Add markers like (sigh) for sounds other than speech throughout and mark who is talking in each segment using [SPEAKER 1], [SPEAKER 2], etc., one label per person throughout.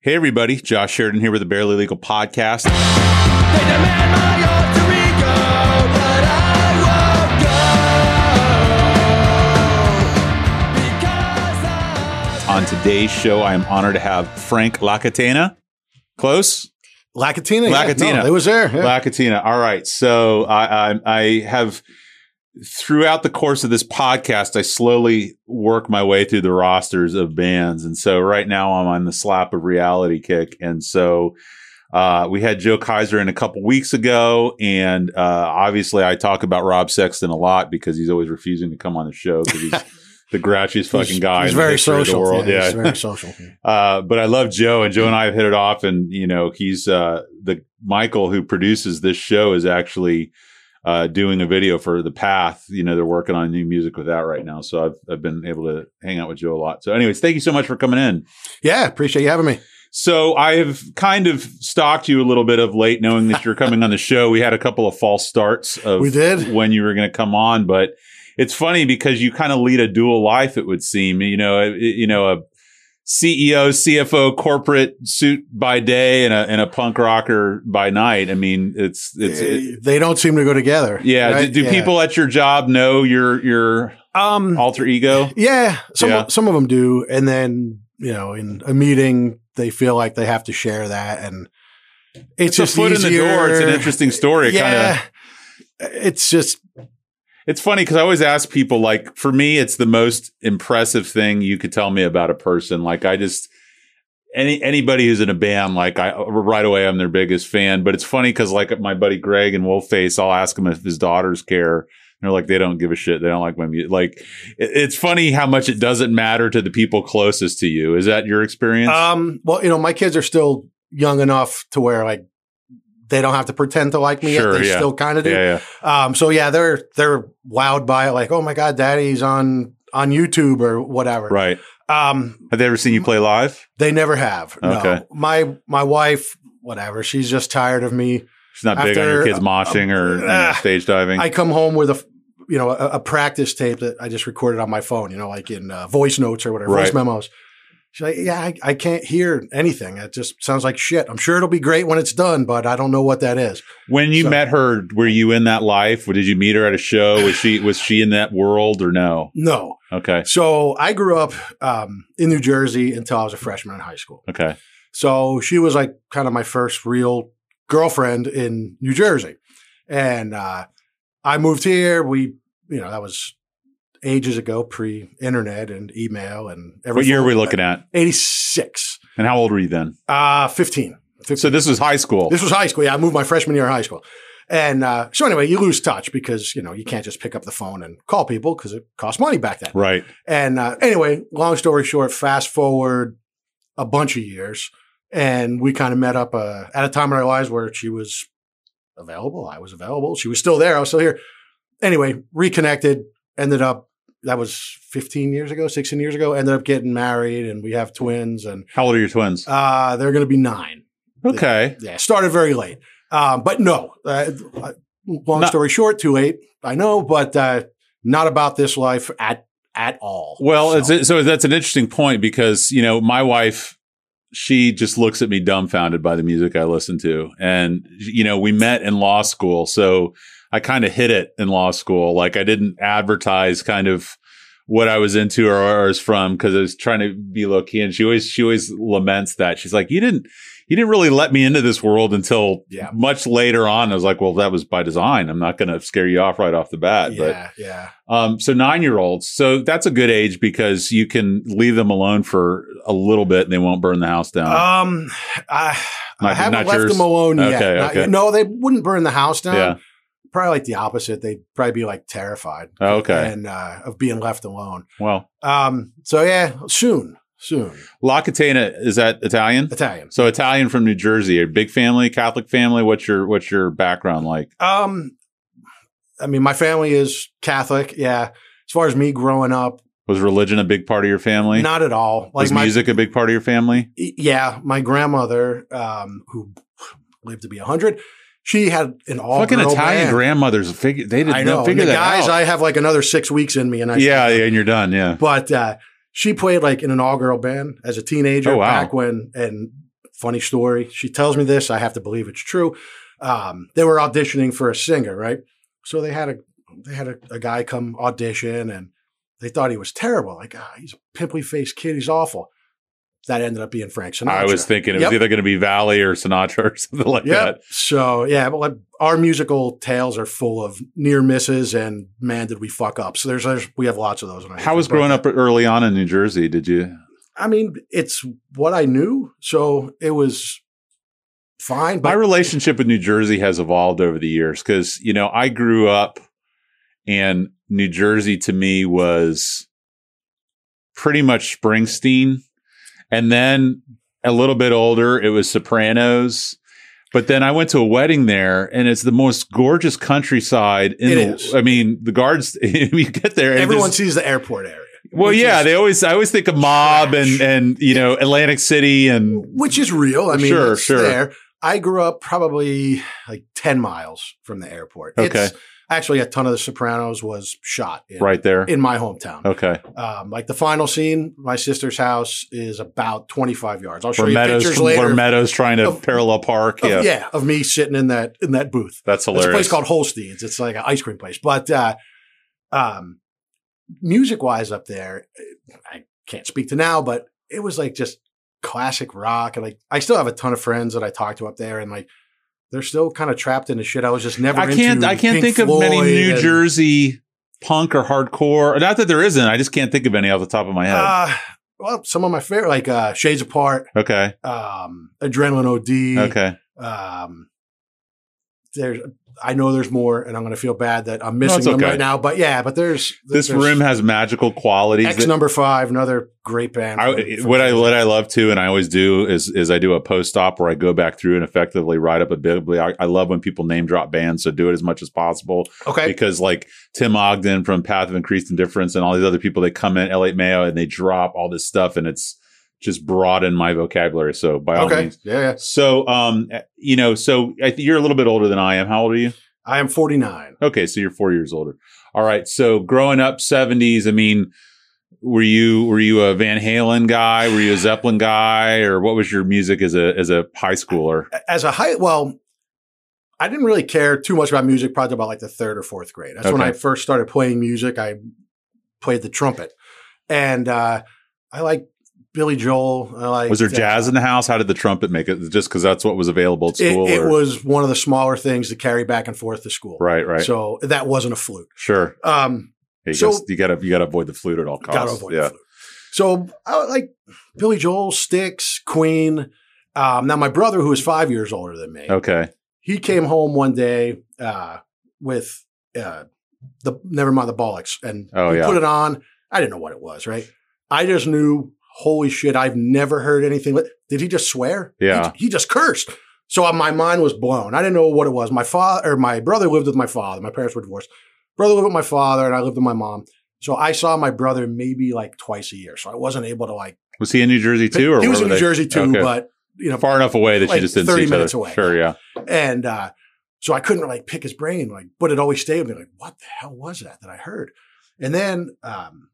[SPEAKER 1] Hey, everybody. Josh Sheridan here with the Barely Legal Podcast.
[SPEAKER 2] They demand my alter ego, but I won't go because I.
[SPEAKER 1] On today's show, I am honored to have Frank Lacatena. Close?
[SPEAKER 3] Lacatina.
[SPEAKER 1] Lacatina.
[SPEAKER 3] Yeah, no, it was there.
[SPEAKER 1] (laughs)
[SPEAKER 3] Yeah.
[SPEAKER 1] Lacatina. All right. So I, I, I have, throughout the course of this podcast, I slowly work my way through the rosters of bands. And so right now I'm on the slap of reality kick. And so uh, we had Joe Kaiser in a couple weeks ago. And uh, obviously I talk about Rob Sexton a lot because he's always refusing to come on the show because
[SPEAKER 3] (laughs)
[SPEAKER 1] he's the grouchiest fucking guy
[SPEAKER 3] He's
[SPEAKER 1] in the
[SPEAKER 3] very
[SPEAKER 1] history of the
[SPEAKER 3] social.
[SPEAKER 1] world.
[SPEAKER 3] Yeah,
[SPEAKER 1] Yeah.
[SPEAKER 3] He's very social.
[SPEAKER 1] Uh, but I love Joe, and Joe and I have hit it off. And you know, he's uh, the Michael who produces this show is actually uh, doing a video for the Path. You know, they're working on new music with that right now. So I've I've been able to hang out with Joe a lot. So, anyways, thank you so much for coming in.
[SPEAKER 3] yeah, appreciate you having me.
[SPEAKER 1] So I have kind of stalked you a little bit of late, knowing that you're coming on the show. We had a couple of false starts of
[SPEAKER 3] We did.
[SPEAKER 1] when you were going to come on, but it's funny because you kind of lead a dual life. It would seem, you know, it- it- you know, a E CEO, CFO, corporate suit by day, and a and a punk rocker by night. I mean, it's it's. it-
[SPEAKER 3] they don't seem to go together.
[SPEAKER 1] yeah.
[SPEAKER 3] right?
[SPEAKER 1] Do, do
[SPEAKER 3] Yeah.
[SPEAKER 1] people at your job know your your
[SPEAKER 3] Um.
[SPEAKER 1] alter ego?
[SPEAKER 3] Yeah. Some
[SPEAKER 1] Yeah.
[SPEAKER 3] some of them do, and then you know, in a meeting, they feel like they have to share that, and it's,
[SPEAKER 1] It's a
[SPEAKER 3] just
[SPEAKER 1] foot in the door. It's an
[SPEAKER 3] easier.
[SPEAKER 1] interesting story. It Kind of.
[SPEAKER 3] Yeah. It's just
[SPEAKER 1] It's funny because I always ask people, like, for me, it's the most impressive thing you could tell me about a person. Like, I just, any anybody who's in a band, like, I right away, I'm their biggest fan. But it's funny because, like, my buddy Greg and Wolfface, I'll ask him if his daughters care. And they're like, they don't give a shit. They don't like my music. Like, it- it's funny how much it doesn't matter to the people closest to you. Is that your experience?
[SPEAKER 3] um. Well, you know, my kids are still young enough to where like they don't have to pretend to like me
[SPEAKER 1] Sure,
[SPEAKER 3] yet. They
[SPEAKER 1] yeah.
[SPEAKER 3] still kind of do.
[SPEAKER 1] yeah, yeah.
[SPEAKER 3] Um, so yeah, they're they're wowed by it, like, oh my god, daddy's on on YouTube or whatever.
[SPEAKER 1] Right.
[SPEAKER 3] Um,
[SPEAKER 1] Have they ever seen you play live?
[SPEAKER 3] they never have.
[SPEAKER 1] Okay.
[SPEAKER 3] No. My my wife, whatever, she's just tired of me.
[SPEAKER 1] She's not big on your
[SPEAKER 3] After-
[SPEAKER 1] kids moshing or you know,
[SPEAKER 3] Ah,
[SPEAKER 1] stage diving.
[SPEAKER 3] I come home with a f- you know, a, a practice tape that I just recorded on my phone, you know, like in uh, voice notes or whatever,
[SPEAKER 1] Right.
[SPEAKER 3] voice memos. She's like, yeah, I, I can't hear anything. It just sounds like shit. I'm sure it'll be great when it's done, but I don't know what that is.
[SPEAKER 1] When you
[SPEAKER 3] So-
[SPEAKER 1] met her, were you in that life? Did you meet her at a show? Was she was she in that world or no?
[SPEAKER 3] No.
[SPEAKER 1] Okay,
[SPEAKER 3] So I grew up um, in New Jersey until I was a freshman in high school.
[SPEAKER 1] okay,
[SPEAKER 3] So she was like kind of my first real girlfriend in New Jersey. And uh, I moved here. We, you know, that was ages ago, pre internet and email and everything.
[SPEAKER 1] what year are we looking at?
[SPEAKER 3] 86,
[SPEAKER 1] And how old were you then?
[SPEAKER 3] uh, 15. 15.
[SPEAKER 1] So this was high school.
[SPEAKER 3] This was high school. Yeah, I moved my freshman year of high school. And uh, so anyway, you lose touch because, you know, you can't just pick up the phone and call people because it cost money back then.
[SPEAKER 1] Right.
[SPEAKER 3] And uh, anyway, long story short, fast forward a bunch of years, and we kind of met up uh, at a time in our lives where she was available. I was available. She was still there. I was still here. Anyway, reconnected, ended up, that was 15 years ago, 16 years ago, ended up getting married, and we have twins, and
[SPEAKER 1] How old are your twins?
[SPEAKER 3] uh, they're going to be nine.
[SPEAKER 1] okay.
[SPEAKER 3] Yeah, started very late. Um, but no, uh, uh, long
[SPEAKER 1] Not-
[SPEAKER 3] story short, too late. I know, but uh, not about this life at at all.
[SPEAKER 1] Well,
[SPEAKER 3] So-
[SPEAKER 1] it's so that's an interesting point because you know my wife, she just looks at me dumbfounded by the music I listen to, and you know we met in law school, so I kind of hid it in law school. Like I didn't advertise kind of what I was into or, or was from because I was trying to be low key. And she always she always laments that she's like, you didn't you didn't really let me into this world until
[SPEAKER 3] Yeah.
[SPEAKER 1] much later on. I was like, well, that was by design. I'm not going to scare you off right off the bat, but.
[SPEAKER 3] Yeah, yeah.
[SPEAKER 1] Um, so nine year olds. So that's a good age because you can leave them alone for a little bit and they won't burn the house down.
[SPEAKER 3] Um, I,
[SPEAKER 1] Not-
[SPEAKER 3] I haven't
[SPEAKER 1] not
[SPEAKER 3] left
[SPEAKER 1] yours?
[SPEAKER 3] them alone yet.
[SPEAKER 1] uh, Okay,
[SPEAKER 3] Not
[SPEAKER 1] okay.
[SPEAKER 3] yet. No, they wouldn't burn the house down.
[SPEAKER 1] Yeah.
[SPEAKER 3] Probably like the opposite. They'd probably be like terrified.
[SPEAKER 1] Okay.
[SPEAKER 3] And uh, of being left alone.
[SPEAKER 1] well,
[SPEAKER 3] Um. So yeah, soon, soon.
[SPEAKER 1] Lacatena is that Italian?
[SPEAKER 3] Italian.
[SPEAKER 1] So Italian from New Jersey, a big family, Catholic family. What's your what's your background like?
[SPEAKER 3] Um, I mean, my family is Catholic. Yeah. As far as me growing up,
[SPEAKER 1] Was religion a big part of your family?
[SPEAKER 3] not at all.
[SPEAKER 1] Was
[SPEAKER 3] my
[SPEAKER 1] music a big part of your family?
[SPEAKER 3] yeah, my grandmother, um, who lived to be hundred, she had an all
[SPEAKER 1] Fucking
[SPEAKER 3] girl
[SPEAKER 1] Italian
[SPEAKER 3] band.
[SPEAKER 1] grandmothers figure they didn't
[SPEAKER 3] I know.
[SPEAKER 1] figure
[SPEAKER 3] and the
[SPEAKER 1] that
[SPEAKER 3] guys,
[SPEAKER 1] out.
[SPEAKER 3] I have like another six weeks in me, and I
[SPEAKER 1] yeah, yeah, and you're done. Yeah.
[SPEAKER 3] But uh, she played like in an all girl band as a teenager
[SPEAKER 1] Oh, wow.
[SPEAKER 3] back when, and Funny story. She tells me this. I have to believe it's true. Um, they were auditioning for a singer, right? So they had a they had a, a guy come audition, and they thought he was terrible. Like, ah, he's a pimply faced kid. He's awful. That ended up being Frank Sinatra.
[SPEAKER 1] I was thinking it was
[SPEAKER 3] Yep.
[SPEAKER 1] either going to be Valley or Sinatra or (laughs) something like
[SPEAKER 3] Yeah.
[SPEAKER 1] that.
[SPEAKER 3] So yeah, but like our musical tales are full of near misses and man, did we fuck up. So there's, there's we have lots of those. in our
[SPEAKER 1] How was
[SPEAKER 3] history.
[SPEAKER 1] growing up early on in New Jersey? Did you?
[SPEAKER 3] I mean, it's what I knew, so it was fine.
[SPEAKER 1] My
[SPEAKER 3] But
[SPEAKER 1] relationship with New Jersey has evolved over the years because, you know, I grew up and New Jersey to me was pretty much Springsteen. And then a little bit older, it was Sopranos. But then I went to a wedding there and it's the most gorgeous countryside in
[SPEAKER 3] It
[SPEAKER 1] the,
[SPEAKER 3] is.
[SPEAKER 1] I mean, the guards, (laughs) you get there. and
[SPEAKER 3] everyone
[SPEAKER 1] there's-
[SPEAKER 3] sees the airport area,
[SPEAKER 1] well,
[SPEAKER 3] which
[SPEAKER 1] yeah,
[SPEAKER 3] is-
[SPEAKER 1] they always, I always think of mob and,
[SPEAKER 3] Trash.
[SPEAKER 1] and, you know, Atlantic City and
[SPEAKER 3] which is real. I mean,
[SPEAKER 1] Sure,
[SPEAKER 3] it's
[SPEAKER 1] sure.
[SPEAKER 3] There, I grew up probably like ten miles from the airport.
[SPEAKER 1] Okay.
[SPEAKER 3] actually, a ton of The Sopranos was shot in,
[SPEAKER 1] right there.
[SPEAKER 3] in my hometown.
[SPEAKER 1] Okay.
[SPEAKER 3] Um, like the final scene, my sister's house is about 25 yards. I'll show
[SPEAKER 1] Where
[SPEAKER 3] you
[SPEAKER 1] Meadows,
[SPEAKER 3] pictures
[SPEAKER 1] where
[SPEAKER 3] later.
[SPEAKER 1] Meadows trying to
[SPEAKER 3] Of-
[SPEAKER 1] parallel park.
[SPEAKER 3] of,
[SPEAKER 1] yeah.
[SPEAKER 3] yeah. of me sitting in that in that booth.
[SPEAKER 1] That's
[SPEAKER 3] It's
[SPEAKER 1] hilarious.
[SPEAKER 3] a place called Holstein's. It's like an ice cream place. But uh, um, music wise, up there, eh, I can't speak to now, but it was like just classic rock. And like, I still have a ton of friends that I talk to up there, and like, they're still kind of trapped in the shit I was just never.
[SPEAKER 1] I can't.
[SPEAKER 3] into,
[SPEAKER 1] I can't
[SPEAKER 3] Pink
[SPEAKER 1] think of many
[SPEAKER 3] Floyd
[SPEAKER 1] New
[SPEAKER 3] and-
[SPEAKER 1] Jersey punk or hardcore. Not that there isn't. I just can't think of any off the top of my head.
[SPEAKER 3] Uh, well, some of my favorite, like uh, Shades Apart,
[SPEAKER 1] okay.
[SPEAKER 3] um, Adrenaline OD.
[SPEAKER 1] Okay.
[SPEAKER 3] Um, there's, I know there's more, and I'm going to feel bad that I'm
[SPEAKER 1] it's
[SPEAKER 3] missing them
[SPEAKER 1] okay.
[SPEAKER 3] right now. But yeah, but there's
[SPEAKER 1] This
[SPEAKER 3] there's
[SPEAKER 1] room has magical qualities.
[SPEAKER 3] X
[SPEAKER 1] that-
[SPEAKER 3] number five, another great band.
[SPEAKER 1] I,
[SPEAKER 3] from- from-
[SPEAKER 1] what I what I love to, and I always do is is I do a post op where I go back through and effectively write up a bibliography. I love when people name drop bands, so do it as much as possible.
[SPEAKER 3] okay,
[SPEAKER 1] because like Tim Ogden from Path of Increased Indifference and all these other people, they come in L8 Mayo and they drop all this stuff, and it's just broadened my vocabulary. So by all
[SPEAKER 3] okay,
[SPEAKER 1] means,
[SPEAKER 3] yeah, yeah.
[SPEAKER 1] so um, you know, so I th- you're a little bit older than I am. How old are you?
[SPEAKER 3] I am 49.
[SPEAKER 1] Okay, so you're four years older. All right. So growing up, seventies. I mean, were you were you a Van Halen guy? Were you a Zeppelin guy, or what was your music as a as a high schooler?
[SPEAKER 3] As a high, well, I didn't really care too much about music. Probably about like the third or fourth grade. That's when
[SPEAKER 1] Okay.
[SPEAKER 3] I first started playing music. I played the trumpet, and uh, I like Billy Joel. I like
[SPEAKER 1] Was there jazz in the house? How did the trumpet make it? Just because that's what was available at
[SPEAKER 3] It,
[SPEAKER 1] school.
[SPEAKER 3] it
[SPEAKER 1] or-
[SPEAKER 3] was one of the smaller things to carry back and forth to school.
[SPEAKER 1] right, right.
[SPEAKER 3] So that wasn't a flute.
[SPEAKER 1] Sure.
[SPEAKER 3] Um,
[SPEAKER 1] You,
[SPEAKER 3] So-
[SPEAKER 1] gotta, you gotta you gotta avoid the flute at all costs.
[SPEAKER 3] gotta avoid
[SPEAKER 1] yeah.
[SPEAKER 3] the flute. So I would like Billy Joel, Styx, Queen. Um, now my brother, who is five years older than me,
[SPEAKER 1] Okay.
[SPEAKER 3] he came home one day uh, with uh, the never mind the bollocks, and
[SPEAKER 1] Oh,
[SPEAKER 3] we
[SPEAKER 1] yeah.
[SPEAKER 3] put it on. I didn't know what it was. Right, I just knew. Holy shit! I've never heard anything. li- Did he just swear? He-
[SPEAKER 1] Yeah.
[SPEAKER 3] he, just cursed. So uh, my mind was blown. I didn't know what it was. My father or my brother lived with my father. My parents were divorced. Brother lived with my father, and I lived with my mom. So I saw my brother maybe like twice a year. So I wasn't able to like.
[SPEAKER 1] Was he in New Jersey too? Or
[SPEAKER 3] he was
[SPEAKER 1] were
[SPEAKER 3] in New
[SPEAKER 1] they-
[SPEAKER 3] Jersey too,
[SPEAKER 1] Okay.
[SPEAKER 3] but you know,
[SPEAKER 1] far enough away that
[SPEAKER 3] like
[SPEAKER 1] you just didn't
[SPEAKER 3] 30
[SPEAKER 1] see each
[SPEAKER 3] minutes
[SPEAKER 1] other.
[SPEAKER 3] away.
[SPEAKER 1] Sure. Yeah.
[SPEAKER 3] And uh, so I couldn't like pick his brain, like, but it always stayed with me, like, what the hell was that that I heard? And then um,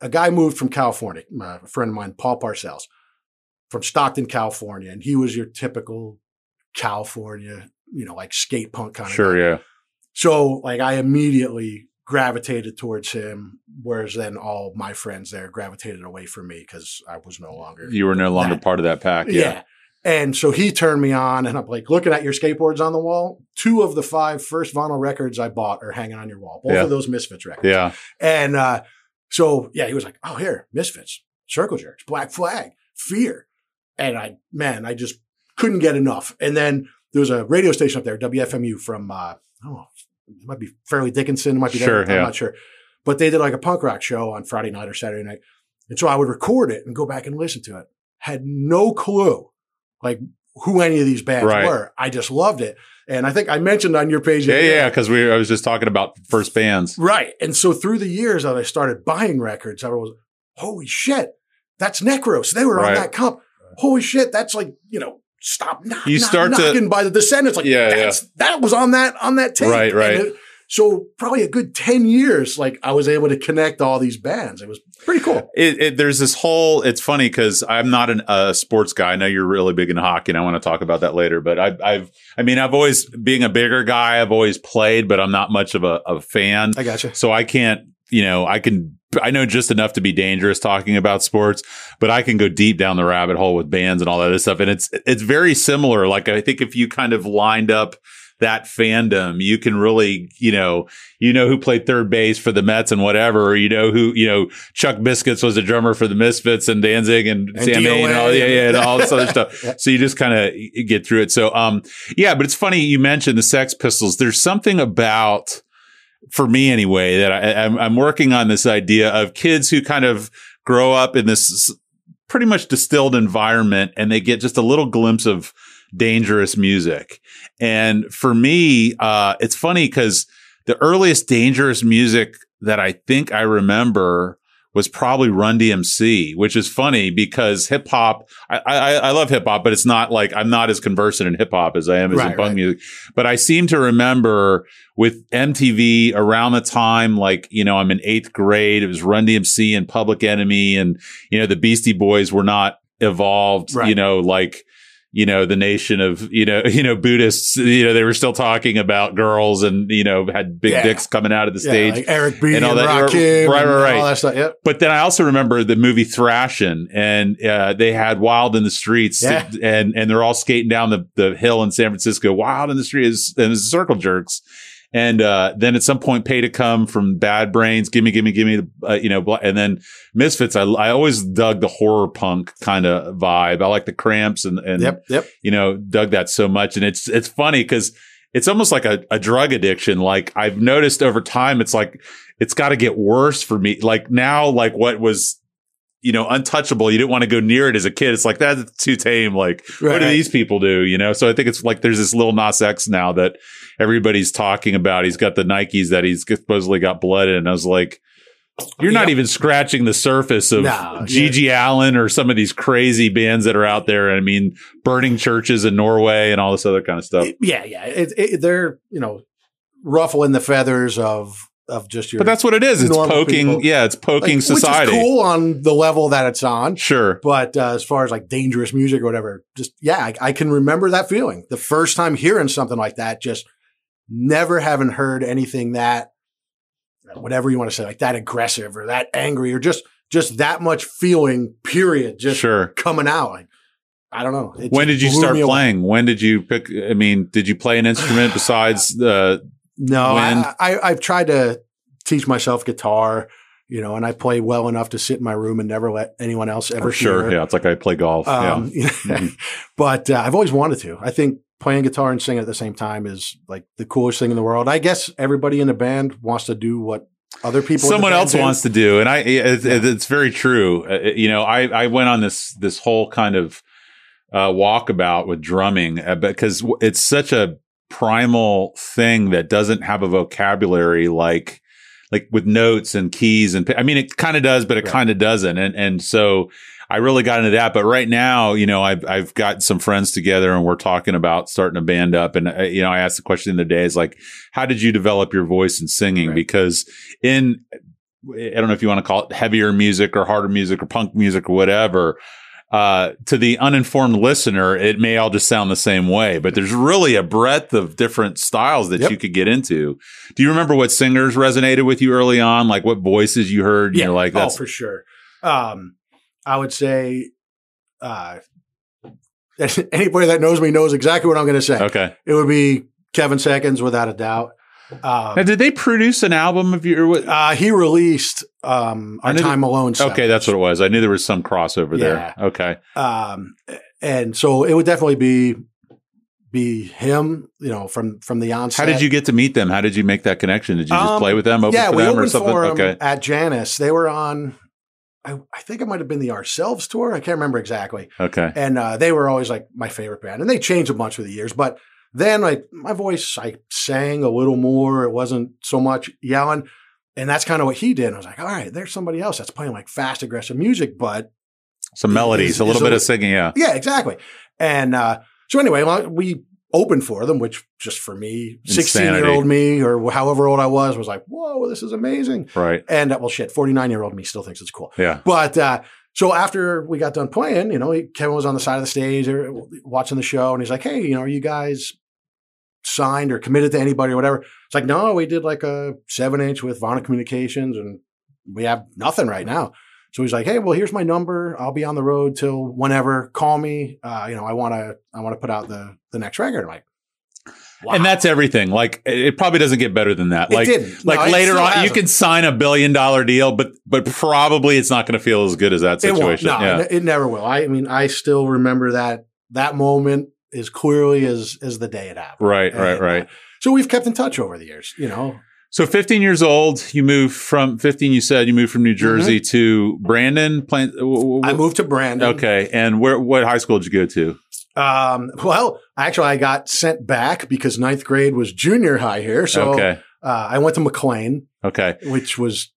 [SPEAKER 3] a guy moved from California, my a friend of mine, Paul Parcells, from Stockton, California, and he was your typical California, you know, like skate punk kind of guy.
[SPEAKER 1] Sure. Yeah.
[SPEAKER 3] So like I immediately gravitated towards him, whereas then all my friends there gravitated away from me because I was no longer
[SPEAKER 1] You were no longer
[SPEAKER 3] That-
[SPEAKER 1] part of that pack.
[SPEAKER 3] yeah.
[SPEAKER 1] Yeah.
[SPEAKER 3] And so he turned me on, and I'm like looking at your skateboards on the wall. Two of the five first vinyl records I bought are hanging on your wall. Both
[SPEAKER 1] Yeah.
[SPEAKER 3] of those Misfits records.
[SPEAKER 1] Yeah.
[SPEAKER 3] And uh, so, yeah, he was like, "Oh, here, Misfits, Circle Jerks, Black Flag, Fear," and I, man, I just couldn't get enough. And then there was a radio station up there, WFMU, from uh, oh, it might be Fairleigh Dickinson, it might be
[SPEAKER 1] Sure,
[SPEAKER 3] there, I'm
[SPEAKER 1] yeah.
[SPEAKER 3] not sure, but they did like a punk rock show on Friday night or Saturday night, and so I would record it and go back and listen to it. Had no clue, like who any of these bands
[SPEAKER 1] Right.
[SPEAKER 3] were. I just loved it, and I think I mentioned on your page,
[SPEAKER 1] Yeah. Yeah. Because we I was just talking about first bands.
[SPEAKER 3] Right. And so through the years that I started buying records, I was, holy shit, that's Necros. They were
[SPEAKER 1] Right.
[SPEAKER 3] on that comp. Holy shit, that's like, you know, stop knock,
[SPEAKER 1] You
[SPEAKER 3] knock,
[SPEAKER 1] start to-
[SPEAKER 3] knocking by the descendants. Like,
[SPEAKER 1] Yeah,
[SPEAKER 3] that's, that was on that, on that tape.
[SPEAKER 1] Right,
[SPEAKER 3] And
[SPEAKER 1] right.
[SPEAKER 3] it- So probably a good 10 years, like I was able to connect all these bands. It was pretty cool.
[SPEAKER 1] It, it, there's this whole. It's funny because I'm not an- a sports guy. I know you're really big into hockey, and I want to talk about that later. But I, I've, I mean, I've always being a bigger guy. I've always played, but I'm not much of a, a fan.
[SPEAKER 3] I gotcha.
[SPEAKER 1] So I can't, you know, I can, I know just enough to be dangerous talking about sports, but I can go deep down the rabbit hole with bands and all that other stuff. And it's, it's very similar. Like I think if you kind of lined up that fandom, you can really, you know, you know who played third base for the Mets and whatever, or you know who, you know, Chuck Biscuits was a drummer for the Misfits and Danzig and,
[SPEAKER 3] And
[SPEAKER 1] Sam Hain and all,
[SPEAKER 3] DOA.
[SPEAKER 1] yeah, yeah, and all this
[SPEAKER 3] (laughs)
[SPEAKER 1] other stuff.
[SPEAKER 3] Yeah.
[SPEAKER 1] So you just kind of get through it. So, um, yeah, but it's funny you mentioned the Sex Pistols. There's something about, for me anyway, that I, I'm, I'm working on this idea of kids who kind of grow up in this s- pretty much distilled environment and they get just a little glimpse of dangerous music. And for me, uh, it's funny because the earliest dangerous music that I think I remember was probably Run DMC, which is funny because hip hop, I, I, I love hip hop, but it's not like I'm not as conversant in hip hop as I am as in
[SPEAKER 3] Right,
[SPEAKER 1] punk
[SPEAKER 3] right.
[SPEAKER 1] music. But I seem to remember with MTV around the time, like, you know, I'm in eighth grade, it was Run DMC and Public Enemy and, you know, the Beastie Boys were not evolved,
[SPEAKER 3] Right.
[SPEAKER 1] you know, like, you know the nation of you know (laughs) you know Buddhists you know they were still talking about girls and you know had big
[SPEAKER 3] Yeah.
[SPEAKER 1] dicks coming out of the
[SPEAKER 3] Yeah,
[SPEAKER 1] stage
[SPEAKER 3] like Eric B.
[SPEAKER 1] and
[SPEAKER 3] and,
[SPEAKER 1] all that-
[SPEAKER 3] Rakim
[SPEAKER 1] right, right,
[SPEAKER 3] and
[SPEAKER 1] right.
[SPEAKER 3] all that stuff. Yep.
[SPEAKER 1] but then I also remember the movie Thrashin', and uh, they had Wild in the Streets,
[SPEAKER 3] Yeah.
[SPEAKER 1] and and they're all skating down the, the hill in San Francisco. Wild in the Street is and it's circle jerks, and uh, then at some point, Pay to Come from Bad Brains, Gimme, Gimme, Gimme, uh, you know, blah- and then Misfits. I I always dug the horror punk kind of vibe. I like the Cramps and and
[SPEAKER 3] Yep. Yep.
[SPEAKER 1] you know, dug that so much. And it's it's funny because it's almost like a, a drug addiction. Like I've noticed over time, it's like it's got to get worse for me. Like now, like what was you know untouchable, you didn't want to go near it as a kid. It's like that's too tame. Like what
[SPEAKER 3] Right,
[SPEAKER 1] do
[SPEAKER 3] right.
[SPEAKER 1] these people do? You know. So I think it's like there's this little Nas X now that everybody's talking about. He's got the Nikes that he's supposedly got blood in. And I was like. You're not
[SPEAKER 3] Yep.
[SPEAKER 1] even scratching the surface of
[SPEAKER 3] No,
[SPEAKER 1] Gigi Allen or some of these crazy bands that are out there. I mean, burning churches in Norway and all this other kind of stuff.
[SPEAKER 3] Yeah. Yeah. It, it, they're, you know, ruffling the feathers of, of just your.
[SPEAKER 1] But that's what it is. It's
[SPEAKER 3] Normal
[SPEAKER 1] poking.
[SPEAKER 3] people.
[SPEAKER 1] Yeah, it's
[SPEAKER 3] like,
[SPEAKER 1] poking society.
[SPEAKER 3] Which is cool on the level that it's on.
[SPEAKER 1] Sure.
[SPEAKER 3] But uh, as far as like dangerous music or whatever, just yeah, I, I can remember that feeling. The first time hearing something like that, just never having heard anything that, whatever you want to say, like that aggressive or that angry or just just that much feeling. Period. Just
[SPEAKER 1] sure.
[SPEAKER 3] coming out. Like I don't know. It
[SPEAKER 1] When
[SPEAKER 3] just
[SPEAKER 1] did you
[SPEAKER 3] blew
[SPEAKER 1] start
[SPEAKER 3] me away.
[SPEAKER 1] playing? When did you pick? I mean, did you play an instrument besides uh, the?
[SPEAKER 3] No,
[SPEAKER 1] When?
[SPEAKER 3] I, I, I've tried to teach myself guitar, you know, and I play well enough to sit in my room and (sighs) never let anyone else ever
[SPEAKER 1] sure.
[SPEAKER 3] hear.
[SPEAKER 1] Yeah, it's like I play golf.
[SPEAKER 3] Um, (laughs)
[SPEAKER 1] Mhm.
[SPEAKER 3] but uh, I've always wanted to. I think playing guitar and singing at the same time is like the coolest thing in the world. I guess everybody in the band wants to do what other people. in the
[SPEAKER 1] someone
[SPEAKER 3] band
[SPEAKER 1] else
[SPEAKER 3] do.
[SPEAKER 1] wants to do and i it, it- it's very true Uh, you know i i went on this this whole kind of uh walkabout with drumming uh, because w- it's such a primal thing that doesn't have a vocabulary like like with notes and keys and pi- i mean it kind of does but it
[SPEAKER 3] Right.
[SPEAKER 1] kind of doesn't and and so I really got into that, but right now, you know, I've I've got some friends together and we're talking about starting a band up. And uh, you know, I asked the question the other day is like, how did you develop your voice in singing?
[SPEAKER 3] Right.
[SPEAKER 1] Because in I don't know if you want to call it heavier music or harder music or punk music or whatever. Uh, to the uninformed listener, it may all just sound the same way, but there's really a breadth of different styles that
[SPEAKER 3] Yep.
[SPEAKER 1] you could get into. Do you remember what singers resonated with you early on? Like what voices you heard? and
[SPEAKER 3] Yeah.
[SPEAKER 1] You're like,
[SPEAKER 3] oh,
[SPEAKER 1] that's
[SPEAKER 3] for sure. Um, I would say, uh, (laughs) anybody that knows me knows exactly what I'm going to say.
[SPEAKER 1] (laughs) okay.
[SPEAKER 3] It would be Kevin Seconds, without a doubt. Um,
[SPEAKER 1] Now, did they produce an album of your? what-
[SPEAKER 3] uh, he released um,
[SPEAKER 1] I
[SPEAKER 3] our
[SPEAKER 1] knew
[SPEAKER 3] time alone. Stuff.
[SPEAKER 1] Okay, that's what it was. I knew there was some crossover there. Okay,
[SPEAKER 3] um, and so it would definitely be be him. You know, from from the onset.
[SPEAKER 1] how did you get to meet them? How did you make that connection? Did you just
[SPEAKER 3] Um,
[SPEAKER 1] play with them, open
[SPEAKER 3] yeah,
[SPEAKER 1] for
[SPEAKER 3] we
[SPEAKER 1] them, or
[SPEAKER 3] opened
[SPEAKER 1] something?
[SPEAKER 3] for him
[SPEAKER 1] okay,
[SPEAKER 3] at Janice. They were on. I, I think it might have been the Ourselves tour. I can't remember exactly.
[SPEAKER 1] okay,
[SPEAKER 3] And uh, they were always like my favorite band, and they changed a bunch over the years. But then, like my voice, I sang a little more. It wasn't so much yelling, and that's kind of what he did. I was like, all right, there's somebody else that's playing like fast, aggressive music, but
[SPEAKER 1] some melodies,
[SPEAKER 3] It's-
[SPEAKER 1] a little
[SPEAKER 3] it's a
[SPEAKER 1] bit of
[SPEAKER 3] little-
[SPEAKER 1] singing. Yeah,
[SPEAKER 3] Yeah, exactly. And uh, so anyway, well, we open for them, which just for me, 16 year
[SPEAKER 1] Insanity.
[SPEAKER 3] old me or however old I was, was like, whoa, this is amazing.
[SPEAKER 1] Right.
[SPEAKER 3] And uh, well, shit, 49 year old me still thinks it's cool.
[SPEAKER 1] Yeah.
[SPEAKER 3] But uh, so after we got done playing, you know, he- Kevin was on the side of the stage er, watching the show, and he's like, "Hey, you know, are you guys signed or committed to anybody or whatever?" It's like, "No, we did like a seven inch with Vana Communications, and we have nothing right now." So he's like, "Hey, well, here's my number. I'll be on the road till whenever. Call me. Uh, you know, I want to, I want to put out the the next record." I'm like, wow.
[SPEAKER 1] And that's everything. Like it it probably doesn't get better than that.
[SPEAKER 3] It
[SPEAKER 1] like
[SPEAKER 3] didn't.
[SPEAKER 1] like
[SPEAKER 3] No, it
[SPEAKER 1] later
[SPEAKER 3] still
[SPEAKER 1] on, you
[SPEAKER 3] hasn't.
[SPEAKER 1] can sign a billion dollar deal, but but probably it's not going to feel as good as that situation.
[SPEAKER 3] It won't. No,
[SPEAKER 1] yeah.
[SPEAKER 3] it- it never will. I, I mean, I still remember that that moment as clearly as as the day it happened.
[SPEAKER 1] Right, right,
[SPEAKER 3] And, uh,
[SPEAKER 1] right.
[SPEAKER 3] So we've kept in touch over the years, you know.
[SPEAKER 1] So 15 years old, you moved from 15. You said you moved from New Jersey to Brandon. Plan- w- w-
[SPEAKER 3] Mm-hmm. I moved to Brandon.
[SPEAKER 1] Okay, and where what high school did you go to?
[SPEAKER 3] Um, well, actually, I got sent back because ninth grade was junior high here. So
[SPEAKER 1] okay,
[SPEAKER 3] uh, I went to McLean,
[SPEAKER 1] okay.
[SPEAKER 3] which was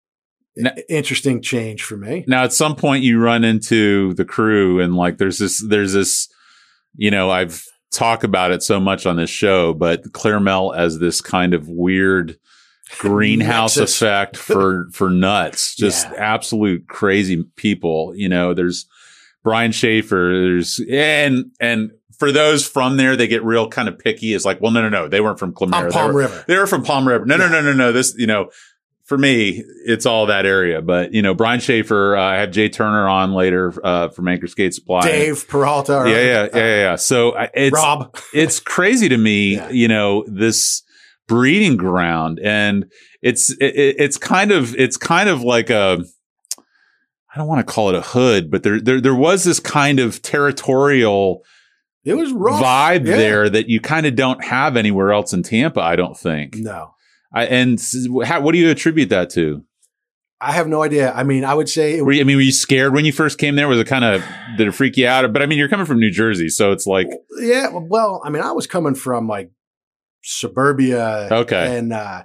[SPEAKER 1] Now-
[SPEAKER 3] an interesting change for me.
[SPEAKER 1] Now at some point you run into the crew, and like there's this there's this, you know, I've talked about it so much on this show, but Claremel as this kind of
[SPEAKER 3] (laughs)
[SPEAKER 1] weird greenhouse
[SPEAKER 3] Nexus.
[SPEAKER 1] effect for for
[SPEAKER 3] (laughs)
[SPEAKER 1] nuts, just
[SPEAKER 3] Yeah.
[SPEAKER 1] absolute crazy people. You know, there's Brian Schaefer, there's and and. For those from there, they get real kind of picky. It's like, well, no, no, no, they weren't from Clamere.
[SPEAKER 3] on
[SPEAKER 1] They were-
[SPEAKER 3] Palm River.
[SPEAKER 1] They were from Palm River. No, no, no, no, no. This, you know, for me, it's all that area. But you know, Brian Schaefer, uh, I have Jay Turner on later uh, from Anchor Skate Supply.
[SPEAKER 3] Dave Peralta.
[SPEAKER 1] yeah,
[SPEAKER 3] or,
[SPEAKER 1] yeah, yeah,
[SPEAKER 3] uh,
[SPEAKER 1] yeah, yeah. So I- it's
[SPEAKER 3] Rob.
[SPEAKER 1] it's crazy to me,
[SPEAKER 3] Yeah.
[SPEAKER 1] you know, this breeding ground, and it's it, it- it's kind of it's kind of like a. I don't want to call it a hood, but there, there there was this kind of territorial
[SPEAKER 3] It was rough.
[SPEAKER 1] vibe
[SPEAKER 3] Yeah.
[SPEAKER 1] there that you kind of don't have anywhere else in Tampa. I don't think.
[SPEAKER 3] No.
[SPEAKER 1] I, and s- how, what do you attribute that to?
[SPEAKER 3] I have no idea. I mean, I would say it
[SPEAKER 1] Were you, I mean, were you scared when you first came there? Was it kind of did it freak you out? But I mean, you're coming from New Jersey, so it's like
[SPEAKER 3] Yeah, well, I mean, I was coming from like suburbia,
[SPEAKER 1] okay,
[SPEAKER 3] and uh,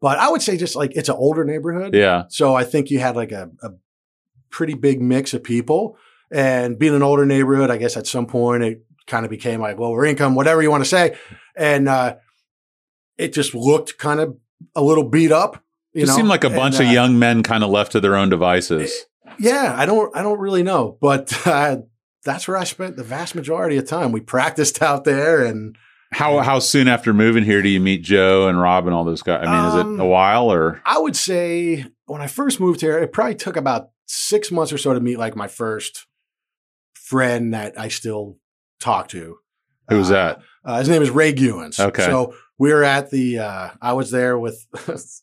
[SPEAKER 3] but I would say just like it's an older neighborhood,
[SPEAKER 1] yeah,
[SPEAKER 3] so I think you had like a, a pretty big mix of people, and being an older neighborhood, I guess at some point it kind of became like well, we're income, whatever you want to say, and uh, it just looked kind of a little beat up.
[SPEAKER 1] it
[SPEAKER 3] You
[SPEAKER 1] just
[SPEAKER 3] know?
[SPEAKER 1] seemed like a
[SPEAKER 3] And,
[SPEAKER 1] bunch
[SPEAKER 3] uh,
[SPEAKER 1] of young men kind of left to their own devices.
[SPEAKER 3] Yeah, I don't, I don't really know, but (laughs) uh, that's where I spent the vast majority of time. We practiced out there, and
[SPEAKER 1] How how soon after moving here do you meet Joe and Rob and all those guys? I mean, is
[SPEAKER 3] Um,
[SPEAKER 1] it a while or
[SPEAKER 3] I would say when I first moved here, it probably took about six months or so to meet like my first friend that I still talk to.
[SPEAKER 1] who was that?
[SPEAKER 3] Uh, his name is Ray Gewins.
[SPEAKER 1] Okay.
[SPEAKER 3] So we were at the, uh, I was there with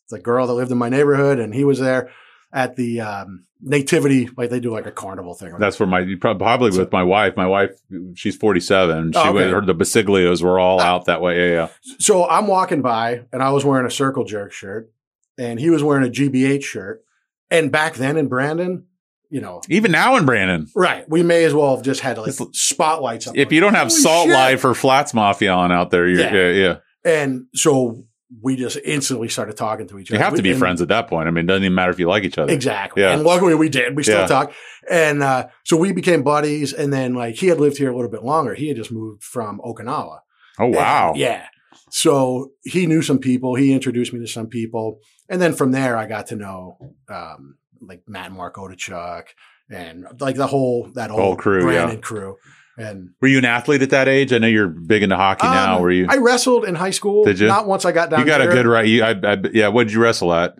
[SPEAKER 3] (laughs) the girl that lived in my neighborhood and he was there at the um, nativity, like they do like a carnival thing.
[SPEAKER 1] That's where my you prob- probably with my wife. My wife, she's forty seven. She
[SPEAKER 3] Oh, okay. Uh,
[SPEAKER 1] went, her the Basiglios were all out that way. Yeah, yeah.
[SPEAKER 3] so I'm walking by and I was wearing a circle jerk shirt and he was wearing a GBH shirt. And back then in Brandon, you know,
[SPEAKER 1] Even now in Brandon,
[SPEAKER 3] Right. We may as well have just had like
[SPEAKER 1] It's-
[SPEAKER 3] spotlights. Up
[SPEAKER 1] if you don't have
[SPEAKER 3] Holy
[SPEAKER 1] Salt
[SPEAKER 3] shit.
[SPEAKER 1] Life or Flats Mafia on out there, you're,
[SPEAKER 3] Yeah.
[SPEAKER 1] yeah, yeah.
[SPEAKER 3] and so we just instantly started talking to each
[SPEAKER 1] You
[SPEAKER 3] other.
[SPEAKER 1] have to be
[SPEAKER 3] And-
[SPEAKER 1] friends at that point. I mean, it doesn't even matter if you like each other.
[SPEAKER 3] Exactly.
[SPEAKER 1] Yeah.
[SPEAKER 3] And luckily we did. We still
[SPEAKER 1] Yeah.
[SPEAKER 3] talk. And uh, so we became buddies. And then like he had lived here a little bit longer. He had just moved from Okinawa.
[SPEAKER 1] Oh wow.
[SPEAKER 3] And, yeah. So he knew some people. He introduced me to some people. And then from there, I got to know um, like Matt and Mark Otichuk and like the whole, that
[SPEAKER 1] whole crew, yeah.
[SPEAKER 3] Brandon crew. And
[SPEAKER 1] Were you an athlete at that age? I know you're big into hockey now.
[SPEAKER 3] Um,
[SPEAKER 1] Were you?
[SPEAKER 3] I wrestled in high school.
[SPEAKER 1] Did you?
[SPEAKER 3] Not once I got down.
[SPEAKER 1] you got
[SPEAKER 3] there. (laughs)
[SPEAKER 1] a good right. You, I, I, yeah. What did you wrestle at?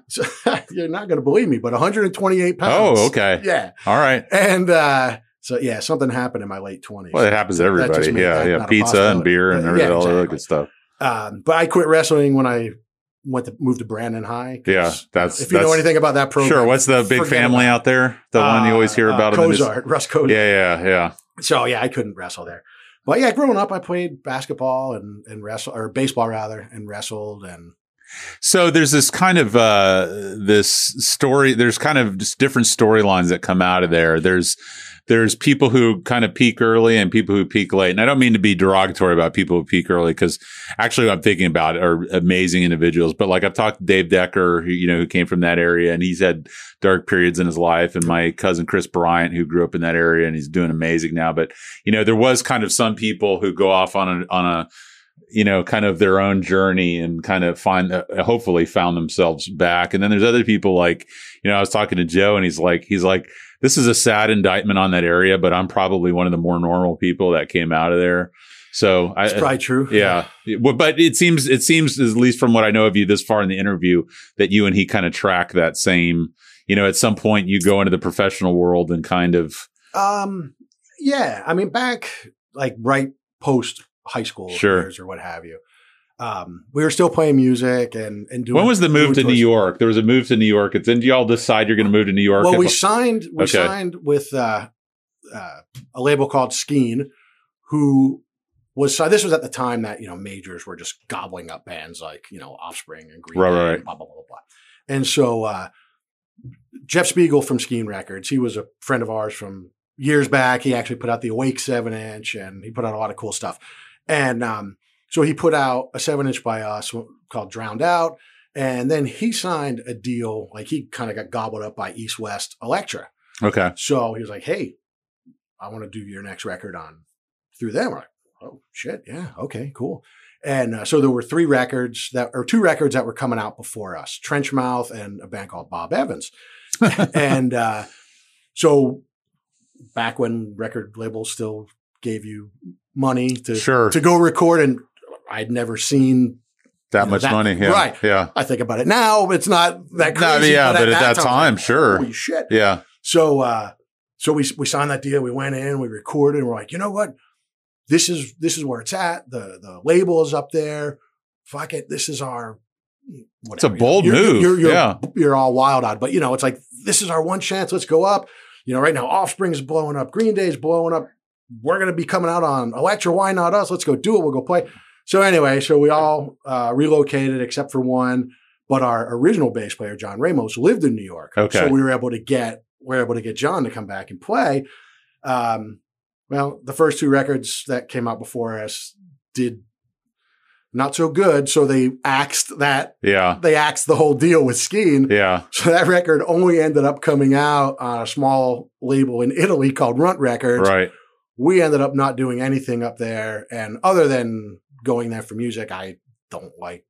[SPEAKER 3] You're not going to believe me, but 128 pounds.
[SPEAKER 1] Oh, okay.
[SPEAKER 3] Yeah,
[SPEAKER 1] All right.
[SPEAKER 3] and uh, so yeah, something happened in my late 20s.
[SPEAKER 1] Well, it happens to
[SPEAKER 3] That just
[SPEAKER 1] everybody.
[SPEAKER 3] made
[SPEAKER 1] Yeah,
[SPEAKER 3] that
[SPEAKER 1] yeah.
[SPEAKER 3] not a
[SPEAKER 1] Pizza and
[SPEAKER 3] possibility.
[SPEAKER 1] beer and
[SPEAKER 3] Yeah,
[SPEAKER 1] everything, all that
[SPEAKER 3] exactly.
[SPEAKER 1] good stuff.
[SPEAKER 3] um, but I quit wrestling when I went to move to Brandon High. 'cause
[SPEAKER 1] Yeah, that's
[SPEAKER 3] If you know
[SPEAKER 1] that's-
[SPEAKER 3] anything about that program,
[SPEAKER 1] Sure. What's the big
[SPEAKER 3] forget
[SPEAKER 1] family
[SPEAKER 3] about
[SPEAKER 1] out there? The
[SPEAKER 3] it.
[SPEAKER 1] one you always hear
[SPEAKER 3] Uh, uh,
[SPEAKER 1] about. in the news?
[SPEAKER 3] Cozart, Russ Cozart.
[SPEAKER 1] Yeah, yeah, yeah.
[SPEAKER 3] So yeah, I couldn't wrestle there. But yeah, growing up, I played basketball and and wrestle or baseball rather, and wrestled and
[SPEAKER 1] So there's this kind of uh, this story. There's kind of just different storylines that come out of there. There's there's people who kind of peak early and people who peak late. And I don't mean to be derogatory about people who peak early because actually what I'm thinking about are amazing individuals. But like I've talked to Dave Decker, who, you know, who came from that area and he's had dark periods in his life. And my cousin Chris Bryant, who grew up in that area and he's doing amazing now. But you know, there was kind of some people who go off on a on a you know, kind of their own journey and kind of find, uh, hopefully found themselves back. And then there's other people like, you know, I was talking to Joe and he's like, he's like, this is a sad indictment on that area, but I'm probably one of the more normal people that came out of there. So I, uh,
[SPEAKER 3] It's probably true.
[SPEAKER 1] yeah. Well, But it seems, it seems, at least from what I know of you this far in the interview, that you and he kind of track that same, you know, at some point you go into the professional world and kind of,
[SPEAKER 3] Um, yeah, I mean, back like right post high school
[SPEAKER 1] Sure.
[SPEAKER 3] years or what have you. Um, we were still playing music and and doing.
[SPEAKER 1] when was the move
[SPEAKER 3] doing
[SPEAKER 1] to New
[SPEAKER 3] tours.
[SPEAKER 1] York? There was a move to New York. It's then do y'all decide you're going to move to New York?
[SPEAKER 3] Well, we
[SPEAKER 1] If-
[SPEAKER 3] signed. We
[SPEAKER 1] Okay.
[SPEAKER 3] signed with uh, uh, a label called Skeen, who was so this was at the time that you know majors were just gobbling up bands like you know Offspring and Green
[SPEAKER 1] Right,
[SPEAKER 3] Day
[SPEAKER 1] right,
[SPEAKER 3] and
[SPEAKER 1] right.
[SPEAKER 3] blah blah blah blah. blah. And so uh, Jeff Spiegel from Skeen Records, he was a friend of ours from years back. He actually put out the Awake seven inch, and he put out a lot of cool stuff. And um, so he put out a seven inch by us called Drowned Out. And then he signed a deal, like he kind of got gobbled up by East West Electra.
[SPEAKER 1] okay.
[SPEAKER 3] So he was like, hey, I want to do your next record on through them. We're like, oh, shit. Yeah. Okay, cool. And uh, so there were three records that, or two records that were coming out before us Trenchmouth and a band called
[SPEAKER 1] (laughs)
[SPEAKER 3] Bob Evans. and uh, so back when record labels still gave you money to,
[SPEAKER 1] Sure.
[SPEAKER 3] to go record, and I'd never seen
[SPEAKER 1] That
[SPEAKER 3] know,
[SPEAKER 1] much
[SPEAKER 3] that-
[SPEAKER 1] money. Yeah.
[SPEAKER 3] right.
[SPEAKER 1] Yeah.
[SPEAKER 3] I think about it now. It's not that
[SPEAKER 1] No, I mean,
[SPEAKER 3] crazy.
[SPEAKER 1] yeah, but at that
[SPEAKER 3] I was
[SPEAKER 1] time, sure.
[SPEAKER 3] Holy shit.
[SPEAKER 1] Yeah.
[SPEAKER 3] So, uh, so we we signed that deal. We went in, we recorded, and we're like, you know what? This is this is where it's at. The the label is up there. Fuck it. This is our.
[SPEAKER 1] It's a
[SPEAKER 3] whatever, you know.
[SPEAKER 1] bold
[SPEAKER 3] You're-
[SPEAKER 1] move.
[SPEAKER 3] you're- you're-
[SPEAKER 1] yeah.
[SPEAKER 3] you're all wild eyed, but you know, it's like this is our one chance. Let's go up. You know, right now, Offspring's blowing up, Green Day's blowing up. We're gonna be coming out on Electra. Why not us? Let's go do it. We'll go play. So anyway, so we all uh, relocated except for one, but our original bass player John Ramos lived in New York.
[SPEAKER 1] Okay.
[SPEAKER 3] so we were able to get we were able to get John to come back and play. Um, well, the first two records that came out before us did not so good, so they axed that
[SPEAKER 1] Yeah.
[SPEAKER 3] they axed the whole deal with skiing.
[SPEAKER 1] Yeah.
[SPEAKER 3] So that record only ended up coming out on a small label in Italy called Runt Records.
[SPEAKER 1] Right.
[SPEAKER 3] We ended up not doing anything up there. And other than going there for music, I don't like,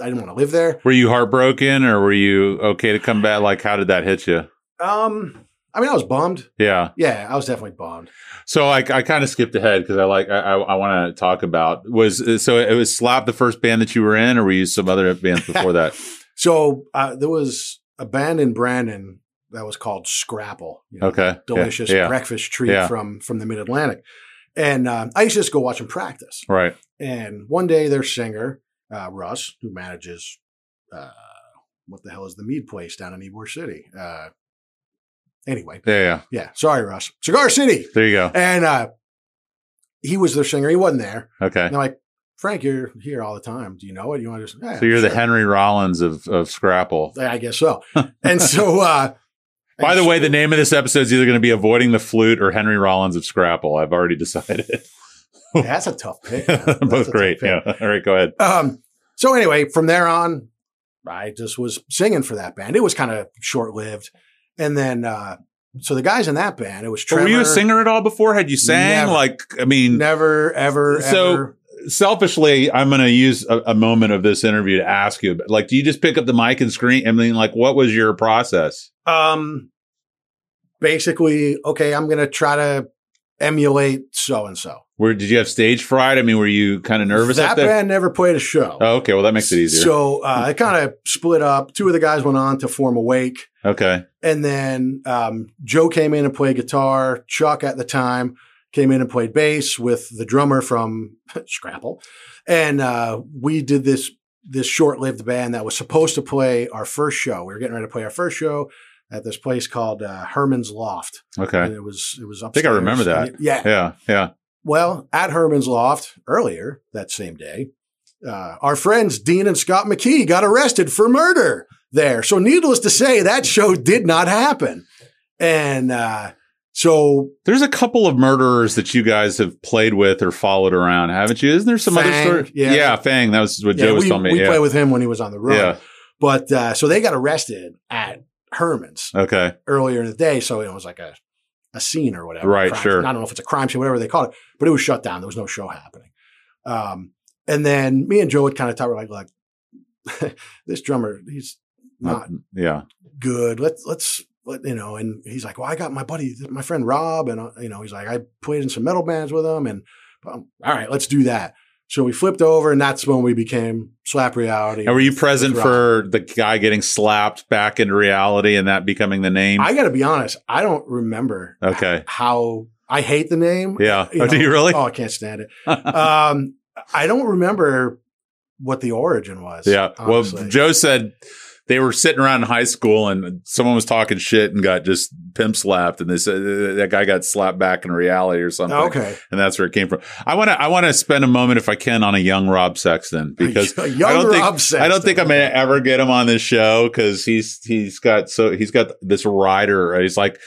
[SPEAKER 3] I didn't want to live there.
[SPEAKER 1] Were you heartbroken or were you okay to come back? Like, how did that hit you?
[SPEAKER 3] Um, I mean, I was bummed.
[SPEAKER 1] Yeah.
[SPEAKER 3] Yeah, I was definitely bummed.
[SPEAKER 1] So I, I kind of skipped ahead because I like I, I, I want to talk about was uh, so it was Slap the first band that you were in or were you some other
[SPEAKER 3] (laughs)
[SPEAKER 1] bands before that?
[SPEAKER 3] So uh, there was a band in Brandon that was called Scrapple. you know,
[SPEAKER 1] Okay,
[SPEAKER 3] Delicious
[SPEAKER 1] yeah, yeah.
[SPEAKER 3] breakfast treat
[SPEAKER 1] Yeah.
[SPEAKER 3] from, from the mid Atlantic. And um, I used to just go watch them practice.
[SPEAKER 1] right?
[SPEAKER 3] And one day, their singer, uh, Russ, who manages uh, what the hell is the mead place down in Ybor City? Uh, anyway,
[SPEAKER 1] Yeah, yeah.
[SPEAKER 3] yeah, sorry, Russ, Cigar City.
[SPEAKER 1] There you go.
[SPEAKER 3] And uh, he was their singer. He wasn't there.
[SPEAKER 1] Okay,
[SPEAKER 3] And I'm like, Frank, you're here all the time. Do you know it? You want to just? Yeah,
[SPEAKER 1] so you're the
[SPEAKER 3] sure."
[SPEAKER 1] Henry Rollins of of Scrapple.
[SPEAKER 3] Yeah, I guess so. and
[SPEAKER 1] (laughs)
[SPEAKER 3] so, uh,
[SPEAKER 1] By the way, the name of this episode is either going to be avoiding the flute or Henry Rollins of Scrapple. I've already (laughs) decided.
[SPEAKER 3] Yeah, (laughs) that's a tough pick. man. That's
[SPEAKER 1] (laughs)
[SPEAKER 3] a
[SPEAKER 1] Both
[SPEAKER 3] tough
[SPEAKER 1] great.
[SPEAKER 3] pick.
[SPEAKER 1] Yeah. (laughs) All right. Go ahead.
[SPEAKER 3] Um, so anyway, from there on, I just was singing for that band. It was kind of short lived, and then uh, so the guys in that band, it was
[SPEAKER 1] But
[SPEAKER 3] Trevor.
[SPEAKER 1] were you a singer at all before? Had you sang?
[SPEAKER 3] Never.
[SPEAKER 1] Like, I mean,
[SPEAKER 3] Never, ever,
[SPEAKER 1] So-
[SPEAKER 3] ever.
[SPEAKER 1] selfishly, I'm going to use a, a moment of this interview to ask you. But like, do you just pick up the mic and scream? I mean, like, what was your process?
[SPEAKER 3] Um, basically, okay, I'm gonna try to emulate so and so.
[SPEAKER 1] Where did you have stage fright? I mean, were you kind of nervous
[SPEAKER 3] That
[SPEAKER 1] up there?
[SPEAKER 3] band never played a show.
[SPEAKER 1] Oh, okay. Well, that makes it easier.
[SPEAKER 3] So uh, it kind of split up. Two of the guys went on to form Awake.
[SPEAKER 1] okay.
[SPEAKER 3] And then um, Joe came in and played guitar. Chuck at the time came in and played bass with the drummer from (laughs) Scrapple, and uh, we did this this short lived band that was supposed to play our first show. We were getting ready to play our first show at this place called uh, Herman's Loft.
[SPEAKER 1] Okay.
[SPEAKER 3] And it was it was. Upstairs.
[SPEAKER 1] think I remember that.
[SPEAKER 3] Yeah.
[SPEAKER 1] Yeah. Yeah.
[SPEAKER 3] Well, at Herman's Loft earlier that same day, uh, our friends Dean and Scott McKee got arrested for murder there. So, needless to say, that show did not happen. And uh, so,
[SPEAKER 1] There's a couple of murderers that you guys have played with or followed around, haven't you? Isn't there some
[SPEAKER 3] Fang,
[SPEAKER 1] other story?
[SPEAKER 3] yeah.
[SPEAKER 1] Fang. That was what
[SPEAKER 3] yeah,
[SPEAKER 1] Joe was
[SPEAKER 3] we,
[SPEAKER 1] telling me.
[SPEAKER 3] we
[SPEAKER 1] yeah.
[SPEAKER 3] played with him when he was on the road.
[SPEAKER 1] yeah.
[SPEAKER 3] But uh, so they got arrested at Herman's
[SPEAKER 1] Okay.
[SPEAKER 3] earlier in the day. So it was like a, a scene or whatever.
[SPEAKER 1] Right,
[SPEAKER 3] Crime-
[SPEAKER 1] sure.
[SPEAKER 3] I don't know if it's a crime scene, whatever they call it, but it was shut down. There was no show happening. Um, And then me and Joe would kind of talk. We're like, like (laughs) this drummer, he's not
[SPEAKER 1] yeah.
[SPEAKER 3] good. Let's let's let, you know. And he's like, well, I got my buddy, my friend Rob, and uh, you know, he's like, I played in some metal bands with him, and um, all right, let's do that. So we flipped over, and that's when we became Slap Reality.
[SPEAKER 1] And were you present
[SPEAKER 3] Rob.
[SPEAKER 1] for the guy getting slapped back into reality and that becoming the name?
[SPEAKER 3] I got to be honest, I don't remember
[SPEAKER 1] okay.
[SPEAKER 3] how I hate the name.
[SPEAKER 1] Yeah.
[SPEAKER 3] You
[SPEAKER 1] oh, (laughs) do
[SPEAKER 3] know,
[SPEAKER 1] you really?
[SPEAKER 3] Oh, I can't stand it.
[SPEAKER 1] (laughs)
[SPEAKER 3] (laughs) um, I don't remember what the origin was.
[SPEAKER 1] yeah.
[SPEAKER 3] honestly.
[SPEAKER 1] Well, Joe said they were sitting around in high school and someone was talking shit and got just pimp slapped, and they said uh, that guy got slapped back in reality or something.
[SPEAKER 3] okay.
[SPEAKER 1] and that's where it came from. I want to I want to spend a moment if I can on a young Rob Sexton
[SPEAKER 3] (laughs)
[SPEAKER 1] because
[SPEAKER 3] A young
[SPEAKER 1] I don't think
[SPEAKER 3] Rob
[SPEAKER 1] I don't think I'm
[SPEAKER 3] Sexton.
[SPEAKER 1] gonna ever get him on this show because he's he's got so he's got this rider. right? He's like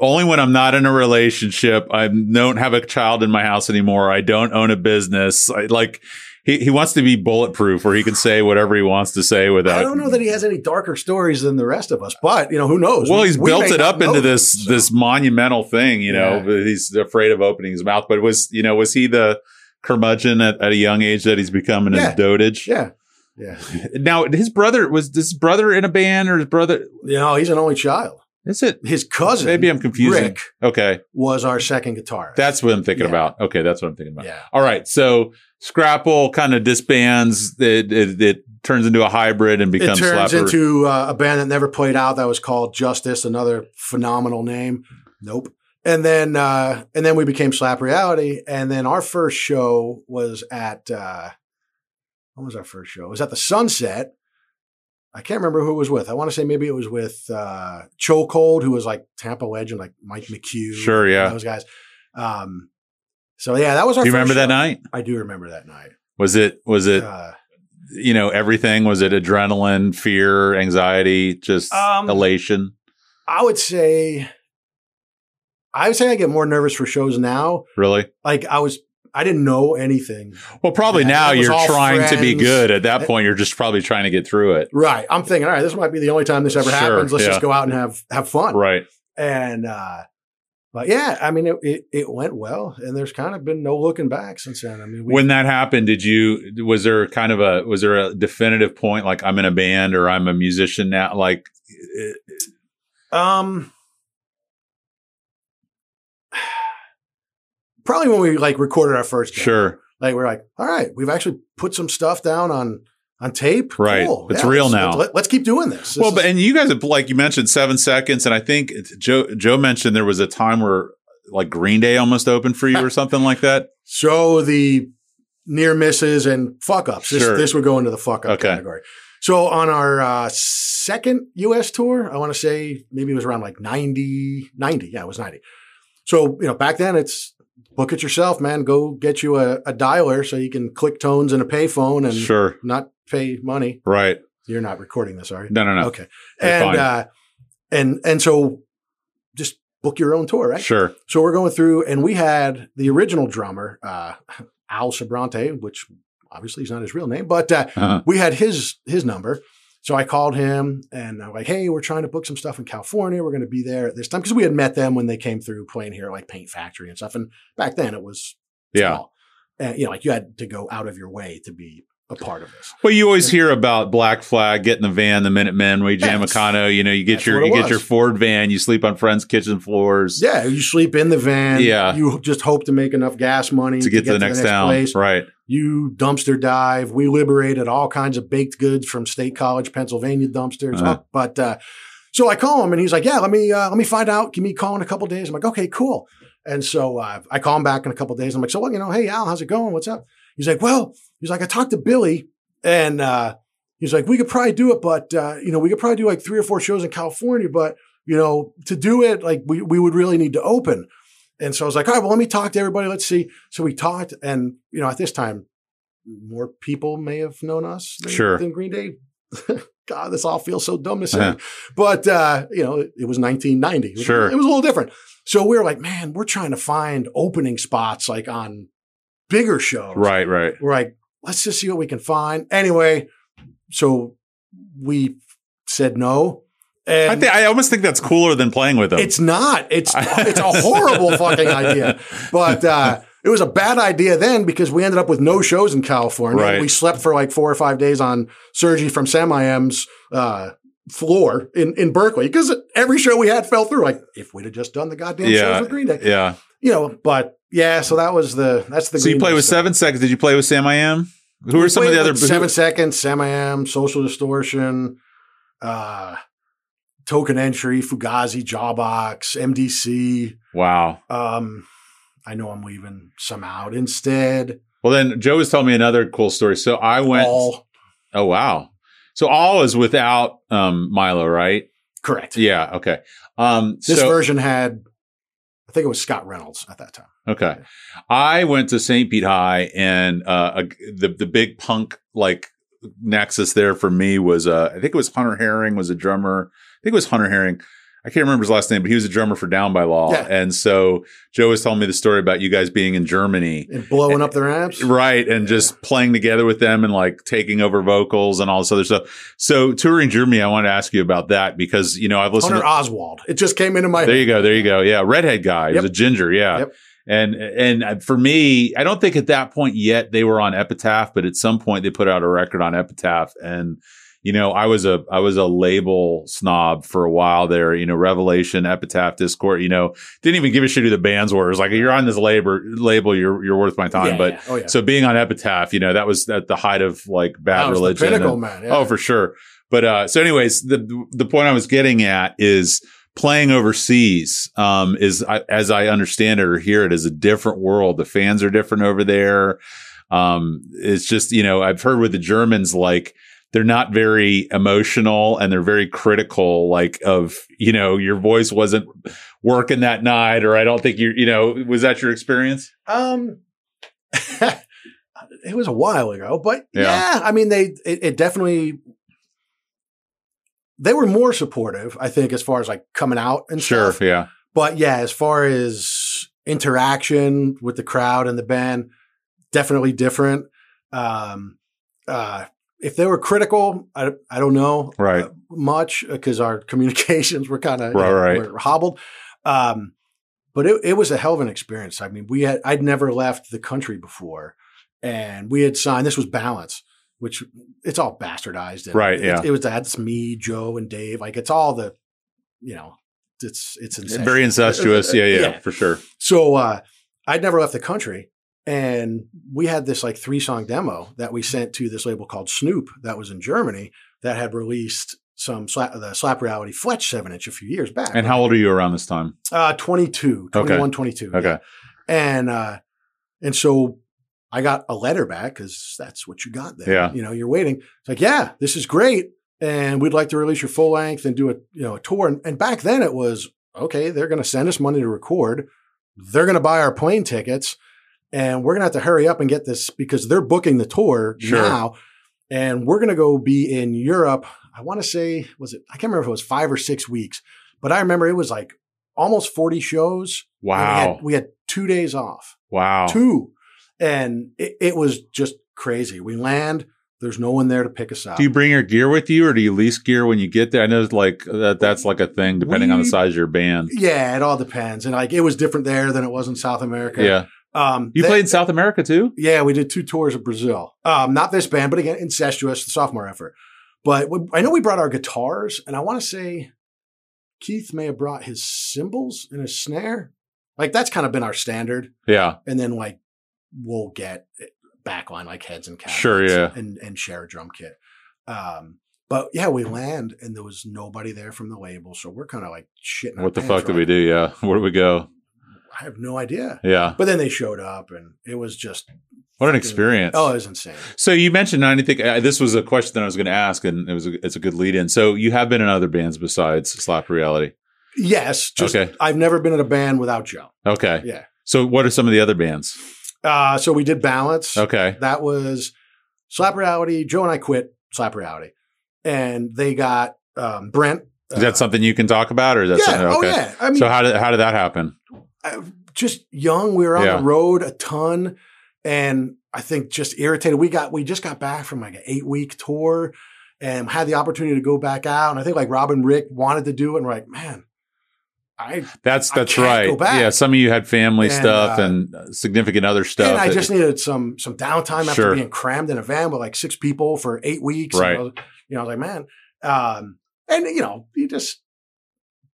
[SPEAKER 1] only when I'm not in a relationship, I don't have a child in my house anymore. I don't own a business. I, like he he wants to be bulletproof where he can say whatever he wants to say without.
[SPEAKER 3] I don't know that he has any darker stories than the rest of us, but you know who knows?
[SPEAKER 1] Well,
[SPEAKER 3] We-
[SPEAKER 1] he's
[SPEAKER 3] we
[SPEAKER 1] built
[SPEAKER 3] may
[SPEAKER 1] it
[SPEAKER 3] not
[SPEAKER 1] up
[SPEAKER 3] know
[SPEAKER 1] into
[SPEAKER 3] them,
[SPEAKER 1] this
[SPEAKER 3] so.
[SPEAKER 1] this monumental thing, you know.
[SPEAKER 3] Yeah.
[SPEAKER 1] But he's afraid of opening his mouth. But was you know was he the curmudgeon at, at a young age that he's become in
[SPEAKER 3] Yeah.
[SPEAKER 1] his dotage?
[SPEAKER 3] Yeah, yeah.
[SPEAKER 1] Now his brother was his brother in a band or his brother
[SPEAKER 3] You know, he's an only child.
[SPEAKER 1] is it?
[SPEAKER 3] His cousin,
[SPEAKER 1] Maybe I'm confusing.
[SPEAKER 3] Rick,
[SPEAKER 1] Okay,
[SPEAKER 3] was our second guitarist.
[SPEAKER 1] that's what I'm thinking
[SPEAKER 3] Yeah.
[SPEAKER 1] about. Okay, that's what I'm thinking about.
[SPEAKER 3] yeah.
[SPEAKER 1] All right, so Scrapple kind of disbands. It, it it turns into a hybrid and
[SPEAKER 3] It
[SPEAKER 1] becomes
[SPEAKER 3] turns
[SPEAKER 1] Slapper.
[SPEAKER 3] into uh, a band that never played out. That was called Justice, another phenomenal name. Nope. And then uh, and then we became Slap Reality. And then our first show was at uh, what was our first show? It was at the Sunset. I can't remember who it was with. I want to say maybe it was with uh, Chokehold, who was like Tampa legend, like Mike McHugh.
[SPEAKER 1] Sure, yeah.
[SPEAKER 3] those guys. Um, so yeah, that was our.
[SPEAKER 1] Do you
[SPEAKER 3] first
[SPEAKER 1] remember that
[SPEAKER 3] show.
[SPEAKER 1] night?
[SPEAKER 3] I do remember that night.
[SPEAKER 1] Was it was it
[SPEAKER 3] Uh,
[SPEAKER 1] you know everything was it adrenaline fear anxiety just
[SPEAKER 3] Um,
[SPEAKER 1] elation
[SPEAKER 3] I would say, I would say I get more nervous for shows now.
[SPEAKER 1] really
[SPEAKER 3] Like I was, I didn't know anything.
[SPEAKER 1] well probably
[SPEAKER 3] Yeah,
[SPEAKER 1] now
[SPEAKER 3] it was
[SPEAKER 1] you're
[SPEAKER 3] all
[SPEAKER 1] trying to be
[SPEAKER 3] friends.
[SPEAKER 1] good at that point you're just probably trying to get through it
[SPEAKER 3] Right. I'm thinking, all right, this might be the only time this ever
[SPEAKER 1] Sure,
[SPEAKER 3] happens. Let's
[SPEAKER 1] yeah.
[SPEAKER 3] just go out and have have fun.
[SPEAKER 1] right
[SPEAKER 3] And uh, but yeah, I mean, it, it it went well, and there's kind of been no looking back since then. I mean, we,
[SPEAKER 1] when that happened did you was there kind of a was there a definitive point like i'm in a band or i'm a musician now like eh,
[SPEAKER 3] um. (sighs) Probably when we like recorded our first, demo.
[SPEAKER 1] sure
[SPEAKER 3] Like we're like, all right, we've actually put some stuff down on on tape.
[SPEAKER 1] Right. It's real
[SPEAKER 3] let's-
[SPEAKER 1] now.
[SPEAKER 3] Let's, let's keep doing this. This
[SPEAKER 1] well
[SPEAKER 3] is-
[SPEAKER 1] but and you guys have like you mentioned seven seconds and i think it's- joe joe mentioned there was a time where like green day almost opened for you or something like that
[SPEAKER 3] so the near misses and fuck ups. This,
[SPEAKER 1] Sure.
[SPEAKER 3] this would go into the fuck up
[SPEAKER 1] Okay.
[SPEAKER 3] category. So on our uh, second U.S. tour, I want to say maybe it was around like 90, 90. Yeah, it was 90. So, you know, back then it's book it yourself, man. Go get you a, a dialer so you can click tones in a payphone (laughs) and
[SPEAKER 1] sure
[SPEAKER 3] not pay money.
[SPEAKER 1] right
[SPEAKER 3] You're not recording this, are you?
[SPEAKER 1] no no no
[SPEAKER 3] Okay.
[SPEAKER 1] You're
[SPEAKER 3] And
[SPEAKER 1] Oh, fine.
[SPEAKER 3] uh and and so just book your own tour, right?
[SPEAKER 1] sure
[SPEAKER 3] So we're going through and we had the original drummer, uh Al Sabrante, which obviously is not his real name, but uh
[SPEAKER 1] Uh-huh.
[SPEAKER 3] we had his his number. So I called him and I'm like, hey, we're trying to book some stuff in California. We're going to be there at this time because we had met them when they came through playing here, at, like Paint Factory and stuff. And back then it was
[SPEAKER 1] yeah
[SPEAKER 3] small. And, you know, like you had to go out of your way to be a part of this.
[SPEAKER 1] Well, you always hear about Black Flag, get in the van, the Minutemen, we jam
[SPEAKER 3] Yes.
[SPEAKER 1] Econo, You know, you get
[SPEAKER 3] That's
[SPEAKER 1] your
[SPEAKER 3] what it
[SPEAKER 1] you get
[SPEAKER 3] was.
[SPEAKER 1] your Ford van, you sleep on friends' kitchen floors
[SPEAKER 3] Yeah, you sleep in the van.
[SPEAKER 1] Yeah.
[SPEAKER 3] you just hope to make enough gas money
[SPEAKER 1] to get to, the next town, right?
[SPEAKER 3] You dumpster dive. We liberated all kinds of baked goods from State College, Pennsylvania dumpsters.
[SPEAKER 1] Uh-huh.
[SPEAKER 3] But uh, so I call him and he's like, "Yeah, let me uh, let me find out. Give me a call in a couple days." I'm like, "Okay, cool." And so uh, I call him back in a couple days. I'm like, "So what? You know, hey Al, how's it going? What's up?" He's like, "Well," he's like, "I talked to Billy and." uh He's like, we could probably do it, but uh, you know, we could probably do like three or four shows in California, but you know, to do it, like we we would really need to open. And so I was like, all right, well, let me talk to everybody. Let's see. So we talked, and you know, at this time, more people may have known us than,
[SPEAKER 1] Sure.
[SPEAKER 3] than Green Day. (laughs) God, this all feels so dumb to say,
[SPEAKER 1] Uh-huh.
[SPEAKER 3] but uh, you know, it, it was 1990. It was-
[SPEAKER 1] Sure.
[SPEAKER 3] it was a little different. So we were like, man, we're trying to find opening spots like on bigger shows,
[SPEAKER 1] Right, right.
[SPEAKER 3] we're like, let's just see what we can find. Anyway, so we said no. And
[SPEAKER 1] I think I almost think (laughs) that's cooler than playing with them. (laughs)
[SPEAKER 3] it's not. It's it's a horrible fucking idea. But uh It was a bad idea then because we ended up with no shows in California.
[SPEAKER 1] Right.
[SPEAKER 3] We slept for like four or five days on Sergi from Sam I Am's uh, floor in, in Berkeley because every show we had fell through. Like if we'd have just done the goddamn
[SPEAKER 1] Yeah.
[SPEAKER 3] shows with Green Day,
[SPEAKER 1] (laughs) Yeah.
[SPEAKER 3] you know. But yeah, so that was the that's the.
[SPEAKER 1] So you
[SPEAKER 3] Green
[SPEAKER 1] play
[SPEAKER 3] Day
[SPEAKER 1] with
[SPEAKER 3] stuff.
[SPEAKER 1] seven seconds. Did you play with Sam I Am? Who are some of
[SPEAKER 3] Wait,
[SPEAKER 1] the other
[SPEAKER 3] wait, seven seconds? Sam I Am, Social Distortion, uh, Token Entry, Fugazi, Jawbox, MDC.
[SPEAKER 1] Wow.
[SPEAKER 3] Um, I know I'm leaving some out instead.
[SPEAKER 1] Well, then Joe was telling me another cool story. So I went.
[SPEAKER 3] All
[SPEAKER 1] Oh wow. So all is without um, Milo, right?
[SPEAKER 3] correct.
[SPEAKER 1] Yeah. Okay. Um,
[SPEAKER 3] This
[SPEAKER 1] so
[SPEAKER 3] version had, I think it was Scott Reynolds at that time.
[SPEAKER 1] okay, I went to St. Pete High, and uh, a, the the big punk like nexus there for me was uh, I think it was Hunter Herring was a drummer. I think it was Hunter Herring. I can't remember his last name, but he was a drummer for Down by Law.
[SPEAKER 3] Yeah.
[SPEAKER 1] And so Joe was telling me the story about you guys being in Germany.
[SPEAKER 3] And blowing up their amps.
[SPEAKER 1] right and just playing together with them and like taking over vocals and all this other stuff so touring germany i want to ask you about that because you know i've listened
[SPEAKER 3] Hunter Oswald. It just came into my
[SPEAKER 1] to, there you go there you go yeah redhead guy he was a
[SPEAKER 3] Yep.
[SPEAKER 1] ginger yeah
[SPEAKER 3] Yep.
[SPEAKER 1] and and uh, for me i don't think at that point yet they were on epitaph but at some point they put out a record on epitaph and you know i was a i was a label snob for a while there you know revelation epitaph discord you know didn't even give a shit who the bands were it was like you're on this labor label you're you're worth my time
[SPEAKER 3] Yeah,
[SPEAKER 1] but
[SPEAKER 3] yeah. oh yeah,
[SPEAKER 1] so being on Epitaph, you know, that was at the height of like bad
[SPEAKER 3] that was
[SPEAKER 1] religion.
[SPEAKER 3] the pinnacle,
[SPEAKER 1] and-
[SPEAKER 3] man. Yeah.
[SPEAKER 1] Oh, for sure. But uh, so, anyways, the the point I was getting at is playing overseas um, is, I, as I understand it or hear it, is a different world. The fans are different over there. Um, it's just you know I've heard with the Germans like they're not very emotional and they're very critical like of you know your voice wasn't working that night or I don't think you you know was that your experience?
[SPEAKER 3] (laughs) Um, it was a while ago, but
[SPEAKER 1] Yeah.
[SPEAKER 3] yeah, I mean, they it, it definitely they were more supportive, I think, as far as like coming out and
[SPEAKER 1] Sure,
[SPEAKER 3] stuff.
[SPEAKER 1] yeah,
[SPEAKER 3] But yeah, as far as interaction with the crowd and the band, definitely different. Um, uh, if they were critical, I, I don't know
[SPEAKER 1] right.
[SPEAKER 3] uh, much because our (laughs) communications were kind of
[SPEAKER 1] Right, right.
[SPEAKER 3] were hobbled. Um, but it, it was a hell of an experience. I mean, we had I'd never left the country before, and we had signed. This was Balance, which it's all bastardized. and
[SPEAKER 1] Right,
[SPEAKER 3] It,
[SPEAKER 1] yeah.
[SPEAKER 3] It was that's me, Joe, and Dave. Like it's all the, you know, it's it's insane.
[SPEAKER 1] Very incestuous. Yeah, yeah,
[SPEAKER 3] (laughs) Yeah.
[SPEAKER 1] for sure.
[SPEAKER 3] So uh, I'd never left the country. And we had this like three song demo that we sent to this label called Snoop that was in Germany that had released some slap, the Slap Reality Fletch 7 inch a few years back.
[SPEAKER 1] And how old are you around this time?
[SPEAKER 3] Uh, 22,
[SPEAKER 1] Okay.
[SPEAKER 3] 21, 22.
[SPEAKER 1] Okay.
[SPEAKER 3] And, uh, and so I got a letter back because that's what you got there.
[SPEAKER 1] Yeah.
[SPEAKER 3] You know, you're waiting. It's like, yeah, this is great. And we'd like to release your full length and do a, you know, a tour. And, and back then it was, okay, they're going to send us money to record. They're going to buy our plane tickets and we're going to have to hurry up and get this because they're booking the tour
[SPEAKER 1] Sure.
[SPEAKER 3] now. And we're going to go be in Europe. I want to say, was it, I can't remember if it was five or six weeks, but I remember it was like almost 40 shows. And
[SPEAKER 1] Wow.
[SPEAKER 3] We had, we had two days off
[SPEAKER 1] wow.
[SPEAKER 3] two. And it, it was just crazy. We land, there's no one there to pick us up.
[SPEAKER 1] do you bring your gear with you or do you lease gear when you get there? I know it's like that that's like a thing depending on the
[SPEAKER 3] We-
[SPEAKER 1] size of your band.
[SPEAKER 3] yeah, it all depends. And like it was different there than it was in South America.
[SPEAKER 1] Yeah.
[SPEAKER 3] Um
[SPEAKER 1] You
[SPEAKER 3] they-
[SPEAKER 1] played in South America too?
[SPEAKER 3] Yeah, we did two tours of Brazil. Um, not this band, but again, incestuous, the sophomore effort. But we, I know we brought our guitars, and I want to say Keith may have brought his cymbals and his snare. Like that's kind of been our standard.
[SPEAKER 1] Yeah.
[SPEAKER 3] And then like we'll get backline like heads and cats.
[SPEAKER 1] Sure, yeah.
[SPEAKER 3] And and share a drum kit. Um, but yeah, we land and there was nobody there from the label, so we're kind of like shitting. our
[SPEAKER 1] What the
[SPEAKER 3] pants
[SPEAKER 1] fuck did
[SPEAKER 3] right
[SPEAKER 1] we do? Yeah. Where did we go?
[SPEAKER 3] now. I have no idea.
[SPEAKER 1] Yeah.
[SPEAKER 3] But then they showed up, and it was just
[SPEAKER 1] What an experience.
[SPEAKER 3] oh, it was insane.
[SPEAKER 1] So you mentioned I think uh, this was a question that I was going to ask, and it was a, it's a good lead in. So you have been in other bands besides Slap Reality.
[SPEAKER 3] Yes, just
[SPEAKER 1] Okay.
[SPEAKER 3] I've never been in a band without Joe.
[SPEAKER 1] Okay.
[SPEAKER 3] Yeah.
[SPEAKER 1] So what are some of the other bands?
[SPEAKER 3] Uh, so we did Balance.
[SPEAKER 1] Okay.
[SPEAKER 3] That was Slap Reality. Joe and I quit Slap Reality, and they got um, Brent.
[SPEAKER 1] Is that
[SPEAKER 3] uh,
[SPEAKER 1] something you can talk about, or is that
[SPEAKER 3] Yeah.
[SPEAKER 1] something?
[SPEAKER 3] Oh
[SPEAKER 1] Okay.
[SPEAKER 3] yeah. I mean,
[SPEAKER 1] so how did how did that happen?
[SPEAKER 3] I- just young. We were on
[SPEAKER 1] Yeah.
[SPEAKER 3] the road a ton, and I think just irritated. We got we just got back from like an eight week tour, and had the opportunity to go back out. And I think like Robin Rick wanted to do it, and we're like, man, I
[SPEAKER 1] That's
[SPEAKER 3] I
[SPEAKER 1] that's
[SPEAKER 3] can't
[SPEAKER 1] right.
[SPEAKER 3] go back.
[SPEAKER 1] Yeah, some of you had family
[SPEAKER 3] And,
[SPEAKER 1] stuff
[SPEAKER 3] uh,
[SPEAKER 1] and significant other stuff.
[SPEAKER 3] and I
[SPEAKER 1] that-
[SPEAKER 3] just needed some some downtime after
[SPEAKER 1] Sure.
[SPEAKER 3] being crammed in a van with like six people for eight weeks. And
[SPEAKER 1] Right.
[SPEAKER 3] I was- you know, I was like, man, um, and you know, you just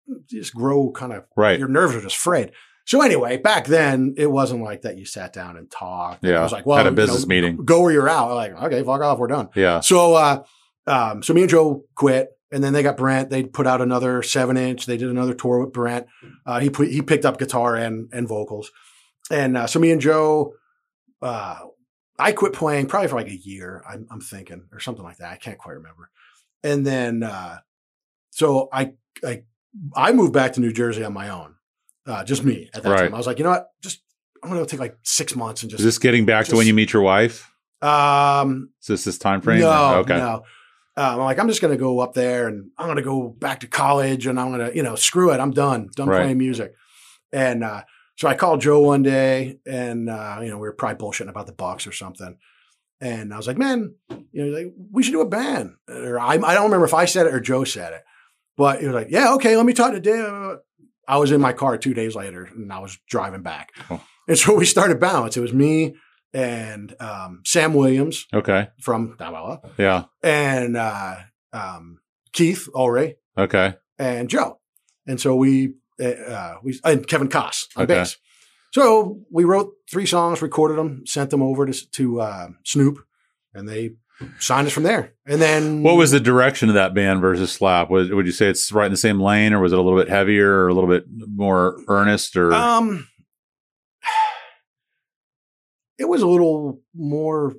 [SPEAKER 3] you just grow kind of
[SPEAKER 1] right.
[SPEAKER 3] your nerves are just frayed. So anyway, back then it wasn't like that. You sat down and talked.
[SPEAKER 1] Yeah.
[SPEAKER 3] it was like, well,
[SPEAKER 1] had a
[SPEAKER 3] you
[SPEAKER 1] business
[SPEAKER 3] know,
[SPEAKER 1] meeting.
[SPEAKER 3] Go where you're out. Like, okay, fuck off. We're done.
[SPEAKER 1] Yeah.
[SPEAKER 3] So, uh, um, so me and Joe quit, and then they got Brent. They put out another seven inch. They did another tour with Brent. Uh, he put, he picked up guitar and and vocals, and uh, so me and Joe, uh, I quit playing probably for like a year. I'm, I'm thinking or something like that. I can't quite remember. And then uh, so I I I moved back to New Jersey on my own, uh, just me at that
[SPEAKER 1] Right.
[SPEAKER 3] time. I was like, you know what, just I'm gonna take like six months and just
[SPEAKER 1] Is this getting back to when
[SPEAKER 3] just-
[SPEAKER 1] you meet your wife?
[SPEAKER 3] um
[SPEAKER 1] Is this this time frame?
[SPEAKER 3] no,
[SPEAKER 1] okay.
[SPEAKER 3] no. Um, I'm like, I'm just going to go up there and I'm going to go back to college and I'm going to, you know, screw it. I'm done. Done
[SPEAKER 1] Right.
[SPEAKER 3] playing music. And uh, so I called Joe one day and, uh, you know, we were probably bullshitting about the Bucks or something. And I was like, man, you know, like, we should do a band. Or I, I don't remember if I said it or Joe said it, but he was like, yeah, okay, let me talk to Dave. I was in my car two days later and I was driving back.
[SPEAKER 1] Oh.
[SPEAKER 3] And so we started Balance. It was me and um, Sam Williams
[SPEAKER 1] Okay.
[SPEAKER 3] from Dabala
[SPEAKER 1] Yeah.
[SPEAKER 3] and uh, um, Keith Ulrey
[SPEAKER 1] Okay.
[SPEAKER 3] and Joe. And so we, uh, uh, we and Kevin Koss on
[SPEAKER 1] Okay.
[SPEAKER 3] bass. So we wrote three songs, recorded them, sent them over to, to uh, Snoop, and they signed us from there. And then
[SPEAKER 1] What was the direction of that band versus Slap? Was, would you say it's right in the same lane, or was it a little bit heavier, or a little bit more earnest, or
[SPEAKER 3] Um, it was a little more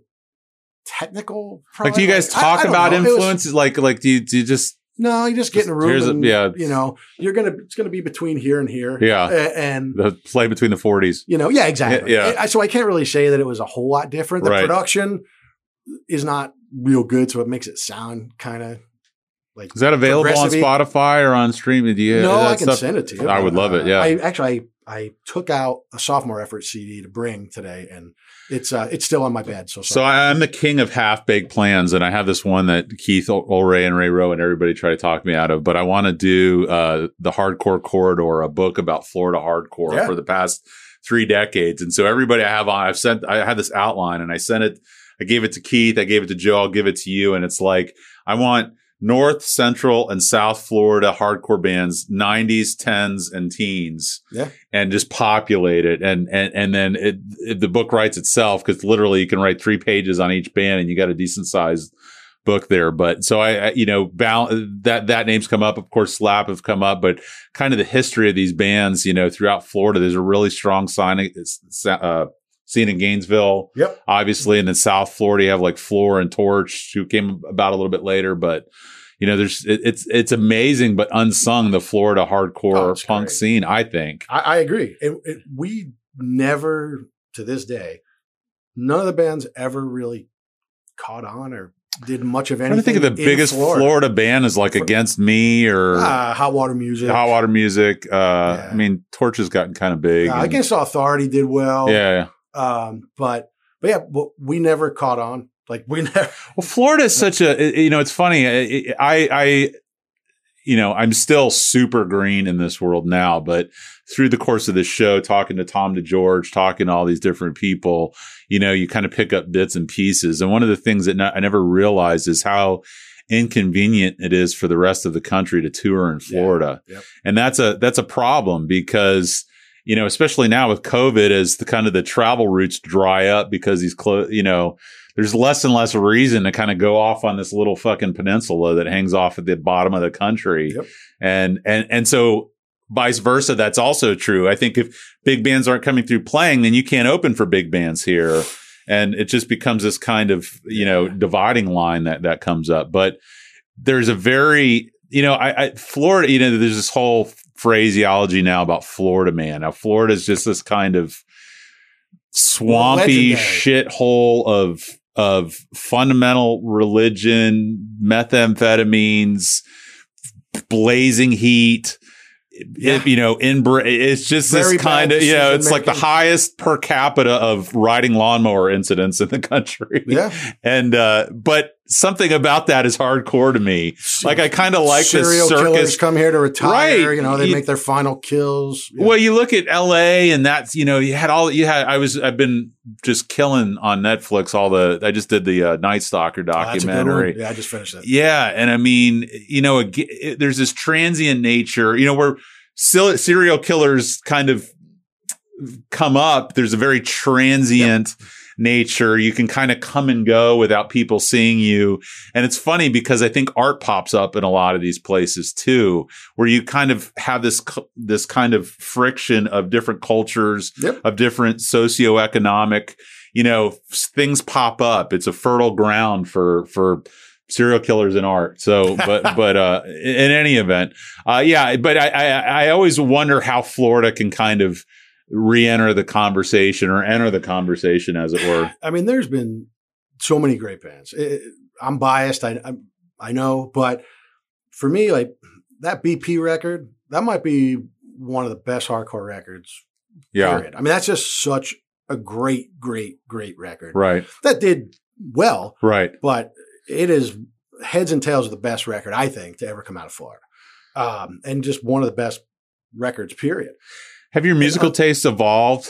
[SPEAKER 3] technical. Probably.
[SPEAKER 1] like? Do you guys
[SPEAKER 3] I- I
[SPEAKER 1] talk
[SPEAKER 3] don't
[SPEAKER 1] about
[SPEAKER 3] know. It was-
[SPEAKER 1] influences? like, like do you, do you just
[SPEAKER 3] no, you just get in a room.
[SPEAKER 1] Here's a-
[SPEAKER 3] and,
[SPEAKER 1] yeah.
[SPEAKER 3] you know, you're gonna it's gonna be between here and here.
[SPEAKER 1] yeah
[SPEAKER 3] A- and
[SPEAKER 1] the play between the forties?
[SPEAKER 3] You know, yeah, exactly.
[SPEAKER 1] Yeah.
[SPEAKER 3] I- so I can't really say that it was a whole lot different. The
[SPEAKER 1] Right.
[SPEAKER 3] production is not real good, so it makes it sound kind of like.
[SPEAKER 1] Is that available on
[SPEAKER 3] Progressive-y.
[SPEAKER 1] Spotify or on streaming? Do you
[SPEAKER 3] no,
[SPEAKER 1] is that
[SPEAKER 3] I can
[SPEAKER 1] stuff-
[SPEAKER 3] send it to you.
[SPEAKER 1] I would love it, yeah.
[SPEAKER 3] I actually I, I took out a sophomore effort CD to bring today, and it's uh, it's still on my bed. So
[SPEAKER 1] So
[SPEAKER 3] sorry.
[SPEAKER 1] I, I'm the king of half baked plans, and I have this one that Keith Ul- Ulray and Ray Rowe and everybody try to talk me out of. But I want to do uh, the Hardcore Corridor, a book about Florida hardcore
[SPEAKER 3] Yeah.
[SPEAKER 1] for the past three decades. And so everybody I have on, I've sent, I had this outline, and I sent it. I gave it to Keith. I gave it to Joe. I'll give it to you. And it's like I want North, Central, and South Florida hardcore bands, 90s, 10s, and teens.
[SPEAKER 3] Yeah.
[SPEAKER 1] And just populate it. And and and then it, it- the book writes itself because literally you can write three pages on each band and you got a decent sized book there. But so I, I you know, bal- that that name's come up. Of course, Slap have come up, but kind of the history of these bands, you know, throughout Florida, there's a really strong sign uh scene in Gainesville
[SPEAKER 3] Yep.
[SPEAKER 1] obviously. And then South Florida, you have like Floor and Torch, who came about a little bit later. But you know, there's it, it's it's amazing, but unsung the Florida
[SPEAKER 3] Oh,
[SPEAKER 1] hardcore
[SPEAKER 3] it's
[SPEAKER 1] punk
[SPEAKER 3] great.
[SPEAKER 1] scene. I think
[SPEAKER 3] I, I agree. It, it, we never to this day, none of the bands ever really caught on or did much of
[SPEAKER 1] I'm trying
[SPEAKER 3] anything.
[SPEAKER 1] to think of the
[SPEAKER 3] in
[SPEAKER 1] biggest Florida. band is like
[SPEAKER 3] For-
[SPEAKER 1] Against Me or
[SPEAKER 3] Ah, hot water music.
[SPEAKER 1] Hot Water Music. Uh,
[SPEAKER 3] Yeah.
[SPEAKER 1] I mean, Torch has gotten kind of big.
[SPEAKER 3] Uh,
[SPEAKER 1] and-
[SPEAKER 3] Against Authority did well.
[SPEAKER 1] yeah.
[SPEAKER 3] Um, but but yeah, but we never caught on. Like we (laughs) never.
[SPEAKER 1] Well, Florida is such a it- you know it's funny. I, I I you know I'm still super green in this world now, but through the course of this show, talking to Tom, to George, talking to all these different people, you know, you kind of pick up bits and pieces. And one of the things that no- I never realized is how inconvenient it is for the rest of the country to tour in Florida,
[SPEAKER 3] Yep.
[SPEAKER 1] and that's a that's a problem because you know, especially now with COVID, as the kind of the travel routes dry up because these close, you know, there's less and less reason to kind of go off on this little fucking peninsula that hangs off at the bottom of the country,
[SPEAKER 3] Yep.
[SPEAKER 1] and and and so vice versa, that's also true. I think if big bands aren't coming through playing, then you can't open for big bands here, and it just becomes this kind of you know dividing line that that comes up, but there's a very you know I, I Florida you know there's this whole phraseology now about Florida man now Florida is just this kind of swampy
[SPEAKER 3] Legendary.
[SPEAKER 1] shithole of of fundamental religion methamphetamines blazing heat
[SPEAKER 3] Yeah.
[SPEAKER 1] you know in it's just
[SPEAKER 3] Very
[SPEAKER 1] this kind
[SPEAKER 3] bad
[SPEAKER 1] of you know it's like the
[SPEAKER 3] decision-making.
[SPEAKER 1] highest
[SPEAKER 3] (laughs)
[SPEAKER 1] per capita of riding lawnmower incidents in the (laughs) country
[SPEAKER 3] Yeah.
[SPEAKER 1] and uh but something about that is hardcore to me. Like I kind of like
[SPEAKER 3] serial
[SPEAKER 1] this circus
[SPEAKER 3] killers come here to retire.
[SPEAKER 1] Right.
[SPEAKER 3] You know, they
[SPEAKER 1] You-
[SPEAKER 3] make their final kills. Yeah.
[SPEAKER 1] Well, you look at L.A. and that's you know you had all you had. I was I've been just killing on Netflix all the. I just did the uh, Night Stalker
[SPEAKER 3] Oh, that's a good one.
[SPEAKER 1] documentary.
[SPEAKER 3] Yeah, I just finished that.
[SPEAKER 1] Yeah, and I mean you know ag- it- there's this transient nature. You know where sil- serial killers kind of come up. There's a very transient. Nature, you can kind of come and go without people seeing you. And it's funny because I think art pops up in a lot of these places too where you kind of have this cu- this kind of friction of different cultures
[SPEAKER 3] Yep.
[SPEAKER 1] of different socioeconomic you know s- things pop up it's a fertile ground for for serial killers in art so
[SPEAKER 3] (laughs)
[SPEAKER 1] but but uh in any event uh yeah but I, I i always wonder how florida can kind of re-enter the conversation or enter the conversation as it
[SPEAKER 3] (laughs)
[SPEAKER 1] were
[SPEAKER 3] I mean, there's been so many great bands. It- it- I'm biased, I, I I know, but for me, like that BP record, that might be one of the best hardcore records. Period. I mean, that's just such a great, great, great record
[SPEAKER 1] right
[SPEAKER 3] that did well,
[SPEAKER 1] right
[SPEAKER 3] but it is heads and tails the best record I think to ever come out of Florida, um, and just one of the best records. Period.
[SPEAKER 1] Have your musical tastes evolved?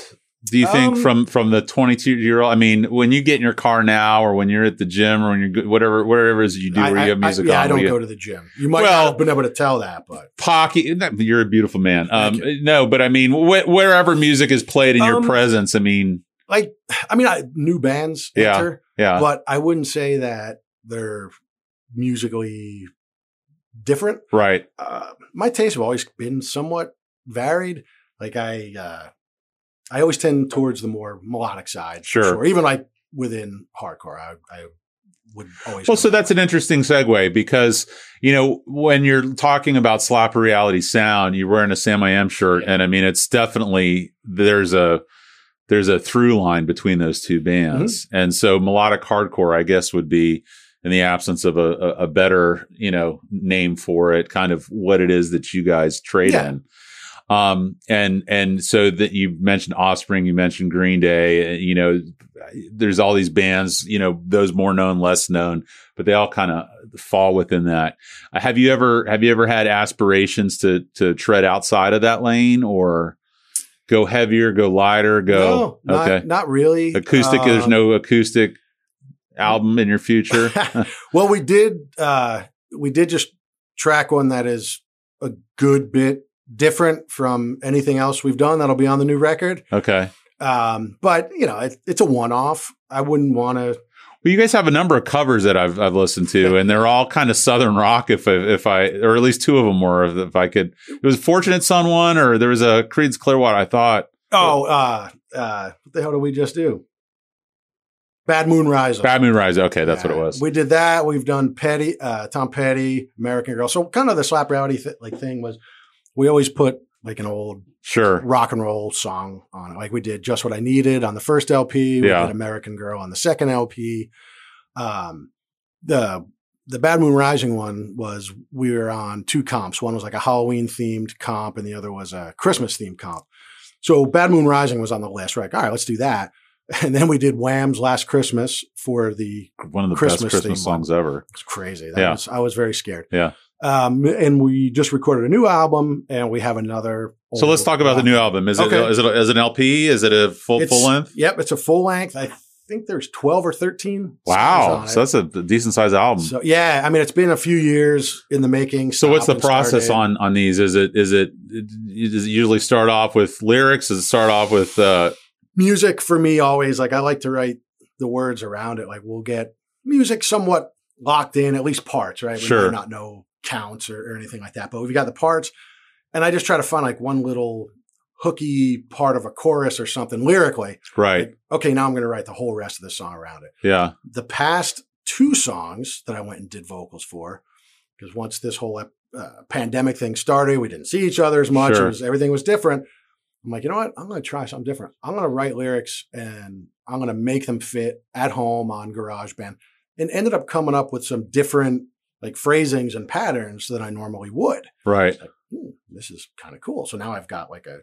[SPEAKER 1] Do you think
[SPEAKER 3] Um,
[SPEAKER 1] from from the 22 year old? I mean, when you get in your car now, or when you're at the gym, or when you're go- whatever whatever it is you do, where you have music
[SPEAKER 3] I, yeah,
[SPEAKER 1] on,
[SPEAKER 3] I don't
[SPEAKER 1] where you-
[SPEAKER 3] go to the gym. You might
[SPEAKER 1] Well-
[SPEAKER 3] not have been able to tell that, but
[SPEAKER 1] pocket. that- You're a beautiful man. Um,
[SPEAKER 3] Thank
[SPEAKER 1] no, but I mean, wh- wherever music is played in your
[SPEAKER 3] Um,
[SPEAKER 1] presence, I mean,
[SPEAKER 3] like I mean, I new bands
[SPEAKER 1] Yeah.
[SPEAKER 3] enter,
[SPEAKER 1] yeah,
[SPEAKER 3] but I wouldn't say that they're musically different.
[SPEAKER 1] right,
[SPEAKER 3] Uh, my tastes have always been somewhat varied. Like I, uh, I always tend towards the more melodic side. for
[SPEAKER 1] Sure.
[SPEAKER 3] Even like within hardcore, I, I would always.
[SPEAKER 1] Well, so that's an interesting segue because you know when you're talking about slap reality sound, you're wearing a Sam I Am shirt,
[SPEAKER 3] Yeah.
[SPEAKER 1] and I mean it's definitely there's a there's a through line between those two bands,
[SPEAKER 3] Mm-hmm.
[SPEAKER 1] and so melodic hardcore, I guess, would be in the absence of a, a, a better you know name for it, kind of what it is that you guys trade
[SPEAKER 3] Yeah.
[SPEAKER 1] in. Um and and so that you mentioned Offspring, you mentioned Green Day, uh, you know, there's all these bands, you know, those more known, less known but they all kind of fall within that. Uh, have you ever have you ever had aspirations to to tread outside of that lane or go heavier, go lighter, go
[SPEAKER 3] No, not,
[SPEAKER 1] okay
[SPEAKER 3] not really
[SPEAKER 1] acoustic? there's
[SPEAKER 3] Um,
[SPEAKER 1] no acoustic album in your
[SPEAKER 3] (laughs)
[SPEAKER 1] future.
[SPEAKER 3] well, we did uh we did just track one that is a good bit different from anything else we've done that'll be on the new record.
[SPEAKER 1] okay.
[SPEAKER 3] Um but you know, it, it's a one off. I wouldn't want to
[SPEAKER 1] Well, you guys have a number of covers that I've I've listened to, and they're all kind of southern rock. If I, if I or at least two of them were, if, if I could, it was Fortunate Son one, or there was a Creed's Clearwater. I thought
[SPEAKER 3] Oh, uh uh what the hell did we just do? Bad Moon Rising.
[SPEAKER 1] Bad Moon Rise. Okay, that's what it
[SPEAKER 3] Yeah.
[SPEAKER 1] was.
[SPEAKER 3] We did that. We've done Petty, uh, Tom Petty, American Girl. So kind of the slap reality th- like thing was we always put like an old
[SPEAKER 1] Sure.
[SPEAKER 3] rock and roll song on it. Like we did Just What I Needed on the first LP. We
[SPEAKER 1] Yeah.
[SPEAKER 3] did American Girl on the second LP. Um, the the Bad Moon Rising one was we were on two comps. One was like a Halloween themed comp, and the other was a Christmas themed comp. So Bad Moon Rising was on the list. We're like, all right, let's do that. (laughs) And then we did Wham's Last Christmas for the
[SPEAKER 1] One of the best
[SPEAKER 3] Christmas
[SPEAKER 1] Christmas
[SPEAKER 3] theme
[SPEAKER 1] songs ever.
[SPEAKER 3] it's crazy. That
[SPEAKER 1] Yeah.
[SPEAKER 3] was, I was very scared.
[SPEAKER 1] Yeah.
[SPEAKER 3] Um, and we just recorded a new album, and we have another.
[SPEAKER 1] So let's talk about the new album. Is it
[SPEAKER 3] Okay.
[SPEAKER 1] is it is it an LP? Is it a full
[SPEAKER 3] It's-
[SPEAKER 1] full length?
[SPEAKER 3] Yep, it's a full length. I think there's 12 or 13. songs
[SPEAKER 1] Wow,
[SPEAKER 3] on
[SPEAKER 1] so
[SPEAKER 3] it.
[SPEAKER 1] that's a decent sized album. So,
[SPEAKER 3] So, yeah, I mean it's been a few years in the making.
[SPEAKER 1] what's the
[SPEAKER 3] Stop and
[SPEAKER 1] process
[SPEAKER 3] started.
[SPEAKER 1] on on these? Is it is it does it usually start off with lyrics? Does it start off with uh,
[SPEAKER 3] music for me always like I like to write the words around it. Like we'll get music somewhat locked in, at least parts, right? We
[SPEAKER 1] Sure.
[SPEAKER 3] may not know counts or, or anything like that, but we've got the parts, and I just try to find like one little hooky part of a chorus or something lyrically.
[SPEAKER 1] right?
[SPEAKER 3] Like, okay, now I'm going to write the whole rest of the song around it.
[SPEAKER 1] Yeah,
[SPEAKER 3] the past two songs that I went and did vocals for, because once this whole ep- uh, pandemic thing started, we didn't see each other as much.
[SPEAKER 1] Sure.
[SPEAKER 3] It was, everything was different. I'm like, you know what? I'm going to try something different. I'm going to write lyrics and I'm going to make them fit at home on GarageBand. And ended up coming up with some different like phrasings and patterns than I normally would. Hmm,
[SPEAKER 1] right.
[SPEAKER 3] Ooh, this is kind of cool. So now I've got like a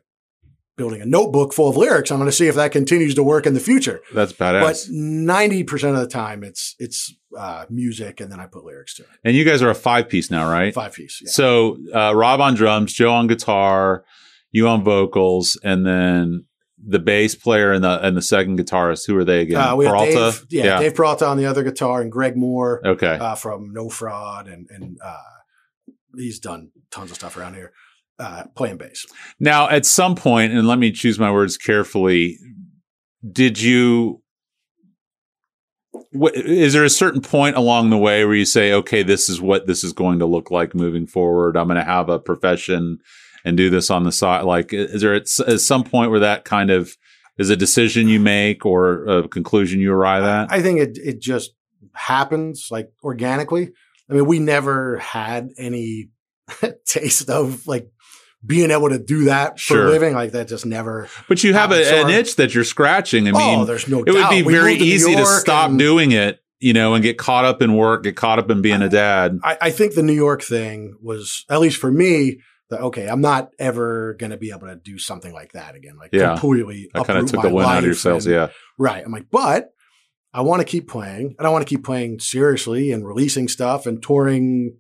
[SPEAKER 3] building a notebook full of lyrics. I'm going to see if that continues to work in the future.
[SPEAKER 1] That's badass.
[SPEAKER 3] But 90% of the time, it's it's uh, music, and then I put lyrics to it.
[SPEAKER 1] and you guys are a five piece now, right?
[SPEAKER 3] Five piece. Yeah.
[SPEAKER 1] So uh, Rob on drums, Joe on guitar, you on vocals, and then the bass player and the and the second guitarist. Who are they again?
[SPEAKER 3] Uh, we have
[SPEAKER 1] Peralta?
[SPEAKER 3] Dave, yeah, Dave Peralta on the other guitar and Greg Moore
[SPEAKER 1] Okay.
[SPEAKER 3] uh, from No Fraud, and and uh, he's done tons of stuff around here uh, playing bass.
[SPEAKER 1] Now, at some point, and let me choose my words carefully, did you? wh- Is there a certain point along the way where you say, "Okay, this is what this is going to look like moving forward. I'm going to have a profession and do this on the side." Like, i- is there at, s- at some point where that kind of is a decision you make or a conclusion you arrive at?
[SPEAKER 3] I think it it just happens like organically. I mean, we never had any (laughs) taste of like being able to do that for
[SPEAKER 1] Sure.
[SPEAKER 3] a living. Like that just never.
[SPEAKER 1] But you have
[SPEAKER 3] I'm
[SPEAKER 1] a, an
[SPEAKER 3] sorry.
[SPEAKER 1] itch that you're scratching. I mean,
[SPEAKER 3] oh, there's no.
[SPEAKER 1] it would
[SPEAKER 3] doubt.
[SPEAKER 1] be
[SPEAKER 3] We
[SPEAKER 1] very
[SPEAKER 3] moved New
[SPEAKER 1] easy to
[SPEAKER 3] York
[SPEAKER 1] stop
[SPEAKER 3] and
[SPEAKER 1] doing it, you know, and get caught up in work, get caught up in being a dad.
[SPEAKER 3] I, I think the New York thing was at least for me. That okay, I'm not ever going to be able to do something like that again. Like
[SPEAKER 1] Yeah.
[SPEAKER 3] completely.
[SPEAKER 1] That kind of
[SPEAKER 3] uproot
[SPEAKER 1] took the
[SPEAKER 3] my
[SPEAKER 1] wind out of your
[SPEAKER 3] life
[SPEAKER 1] sails.
[SPEAKER 3] and-
[SPEAKER 1] Yeah.
[SPEAKER 3] Right. I'm like, but I want to keep playing and I want to keep playing seriously and releasing stuff and touring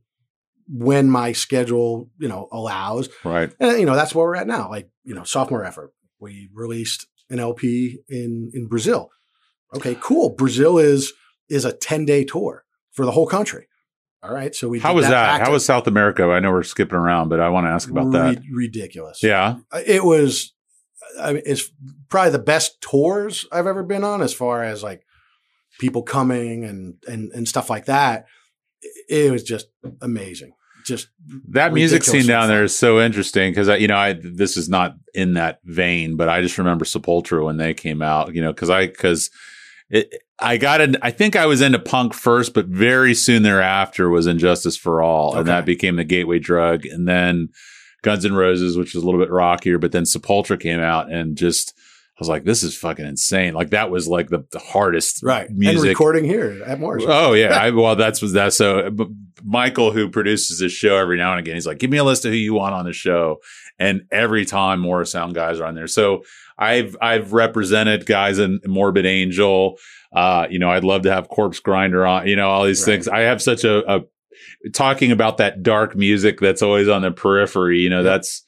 [SPEAKER 3] when my schedule, you know, allows.
[SPEAKER 1] Right.
[SPEAKER 3] And you know, that's where we're at now. Like, you know, sophomore effort. We released an LP in in Brazil. Okay, cool. Brazil is is a 10-day tour for the whole country. All right. So we
[SPEAKER 1] How
[SPEAKER 3] did
[SPEAKER 1] was that?
[SPEAKER 3] back to-
[SPEAKER 1] How was South America? I know we're skipping around, but I want to ask about that.
[SPEAKER 3] ri- ridiculous. Uh,
[SPEAKER 1] Yeah.
[SPEAKER 3] it was I mean, it's probably the best tours I've ever been on as far as like people coming and and and stuff like that. It was just amazing. Just
[SPEAKER 1] That music
[SPEAKER 3] Ridiculous
[SPEAKER 1] scene down
[SPEAKER 3] fun.
[SPEAKER 1] there is so interesting because I, you know, I, this is not in that vein, but I just remember Sepultura when they came out, you know, because I, because it, I got in, I think I was into punk first, but very soon thereafter was Injustice for All. And
[SPEAKER 3] Okay.
[SPEAKER 1] that became the gateway drug. And then Guns N' Roses, which was a little bit rockier, but then Sepultura came out and just, I was like, this is fucking insane. Like that was like the, the hardest
[SPEAKER 3] and
[SPEAKER 1] music
[SPEAKER 3] recording here at Morris.
[SPEAKER 1] Oh yeah, I, well that's was that. So uh, but Michael, who produces this show every now and again, he's like, "Give me a list of who you want on the show," and every time more sound guys are on there. So I've I've represented guys in Morbid Angel. Uh, you know, I'd love to have Corpse Grinder on. You know, all these
[SPEAKER 3] Right.
[SPEAKER 1] things. I have such a, a talking about that dark music that's always on the periphery. You know,
[SPEAKER 3] Yeah.
[SPEAKER 1] that's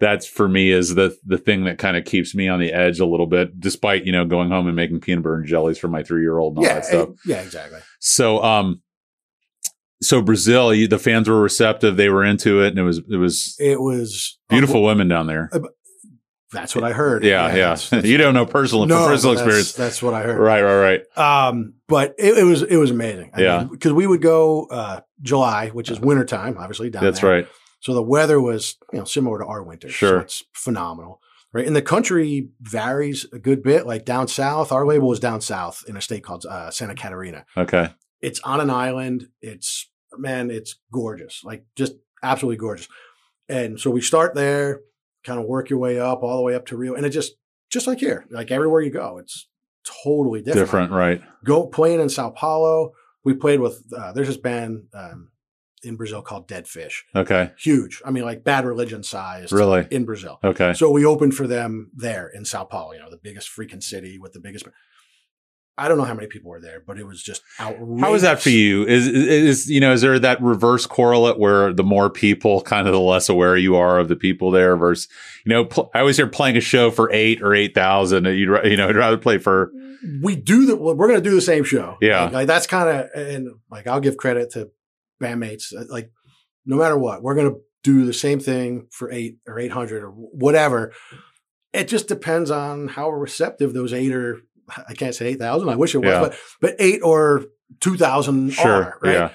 [SPEAKER 1] that's for me is the the thing that kind of keeps me on the edge a little bit, despite you know going home and making peanut butter and jellies for my three year old and all
[SPEAKER 3] yeah,
[SPEAKER 1] that stuff.
[SPEAKER 3] it- yeah, exactly.
[SPEAKER 1] So, um, so Brazil, you, the fans were receptive. They were into it, and it was it was
[SPEAKER 3] It was uh,
[SPEAKER 1] beautiful women down there.
[SPEAKER 3] That's what I heard.
[SPEAKER 1] Yeah, yeah. (laughs)
[SPEAKER 3] that's- that's-
[SPEAKER 1] you don't know personal from
[SPEAKER 3] No,
[SPEAKER 1] personal
[SPEAKER 3] that's-
[SPEAKER 1] experience,
[SPEAKER 3] That's what I heard.
[SPEAKER 1] right? Right? Right?
[SPEAKER 3] Um, but it, it was it was amazing.
[SPEAKER 1] Yeah.
[SPEAKER 3] because we would go uh, July, which is wintertime, obviously down
[SPEAKER 1] That's
[SPEAKER 3] there.
[SPEAKER 1] right.
[SPEAKER 3] So the weather was, you know, similar to our winter.
[SPEAKER 1] Sure.
[SPEAKER 3] So it's phenomenal. Right. And the country varies a good bit. Like down south, our label was down south in a state called uh, Santa Catarina.
[SPEAKER 1] Okay.
[SPEAKER 3] It's on an island. It's, man, it's gorgeous. Like just absolutely gorgeous. And so we start there, kind of work your way up all the way up to Rio. And it just, just like here, like everywhere you go, it's totally different.
[SPEAKER 1] Different. Right.
[SPEAKER 3] Go playing in Sao Paulo. We played with, uh, there's this band um, in Brazil called Dead Fish
[SPEAKER 1] Okay.
[SPEAKER 3] huge. I mean, like bad religion size
[SPEAKER 1] Really.
[SPEAKER 3] in Brazil.
[SPEAKER 1] Okay.
[SPEAKER 3] So we opened for them there in Sao Paulo, you know, the biggest freaking city with the biggest. I don't know how many people were there, but it was just outrageous.
[SPEAKER 1] How is that for you? Is, is is you know is there that reverse correlate where the more people, kind of the less aware you are of the people there versus you know pl- I always hear playing a show for eight or eight thousand. You'd ra- you know I'd rather play for
[SPEAKER 3] We do the well, we're going to do the same show.
[SPEAKER 1] Yeah.
[SPEAKER 3] like, like, that's kind of and like I'll give credit to bandmates. uh, Like no matter what, we're going to do the same thing for eight or eight hundred or whatever. It just depends on how receptive those eight or I can't say eight thousand. I wish it was,
[SPEAKER 1] Yeah.
[SPEAKER 3] but but eight or two thousand
[SPEAKER 1] sure.
[SPEAKER 3] are right.
[SPEAKER 1] Yeah.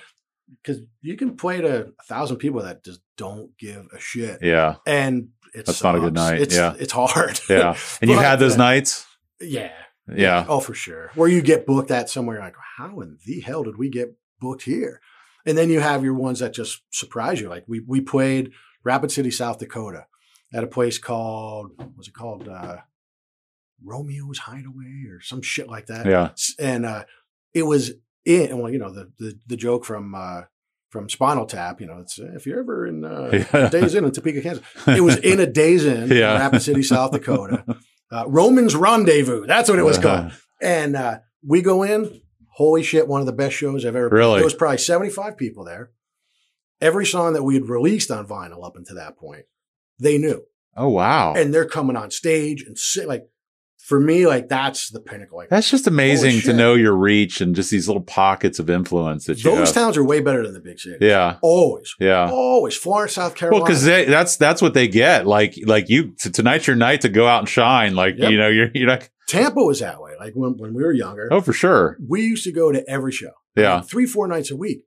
[SPEAKER 3] because you can play to a thousand people that just don't give a shit,
[SPEAKER 1] Yeah.
[SPEAKER 3] and it's
[SPEAKER 1] That's not a good night,
[SPEAKER 3] It's,
[SPEAKER 1] yeah.
[SPEAKER 3] it's hard. (laughs)
[SPEAKER 1] Yeah. And you
[SPEAKER 3] But-
[SPEAKER 1] had those nights.
[SPEAKER 3] yeah,
[SPEAKER 1] Yeah.
[SPEAKER 3] Oh, for sure. Where you get booked at somewhere, you're like, how in the hell did we get booked here? And then you have your ones that just surprise you. Like we we played Rapid City, South Dakota, at a place called was it called uh, Romeo's Hideaway or some shit like that.
[SPEAKER 1] Yeah.
[SPEAKER 3] S- and uh, it was in well, you know the the, the joke from uh, from Spinal Tap. You know, it's if you're ever in uh,
[SPEAKER 1] (laughs) Yeah.
[SPEAKER 3] Days Inn in Topeka, Kansas. It was in
[SPEAKER 1] (laughs)
[SPEAKER 3] a Days Inn,
[SPEAKER 1] Yeah.
[SPEAKER 3] in Rapid City, South Dakota. Uh, Roman's Rendezvous. That's what it was
[SPEAKER 1] Uh-huh.
[SPEAKER 3] called. And uh, we go in. Holy shit! One of the best shows I've ever.
[SPEAKER 1] Really?
[SPEAKER 3] There was probably seventy-five people there. Every song that we had released on vinyl up until that point, they knew,
[SPEAKER 1] (laughs) Oh wow.
[SPEAKER 3] and they're coming on stage and sit like. For me, like that's the pinnacle. Like
[SPEAKER 1] That's just amazing to
[SPEAKER 3] shit.
[SPEAKER 1] know your reach and just these little pockets of influence that you
[SPEAKER 3] those Oh,
[SPEAKER 1] have.
[SPEAKER 3] towns are way better than the big cities.
[SPEAKER 1] yeah.
[SPEAKER 3] Always,
[SPEAKER 1] Yeah.
[SPEAKER 3] always. Florence, South
[SPEAKER 1] Well,
[SPEAKER 3] Carolina.
[SPEAKER 1] because that's that's what they get. Like like you t- tonight's your night to go out and shine. Like
[SPEAKER 3] Yep.
[SPEAKER 1] you know you're you're like
[SPEAKER 3] Tampa was that way. Like when, when we were younger,
[SPEAKER 1] oh for sure
[SPEAKER 3] we used to go to every show.
[SPEAKER 1] yeah
[SPEAKER 3] Three, four nights a week.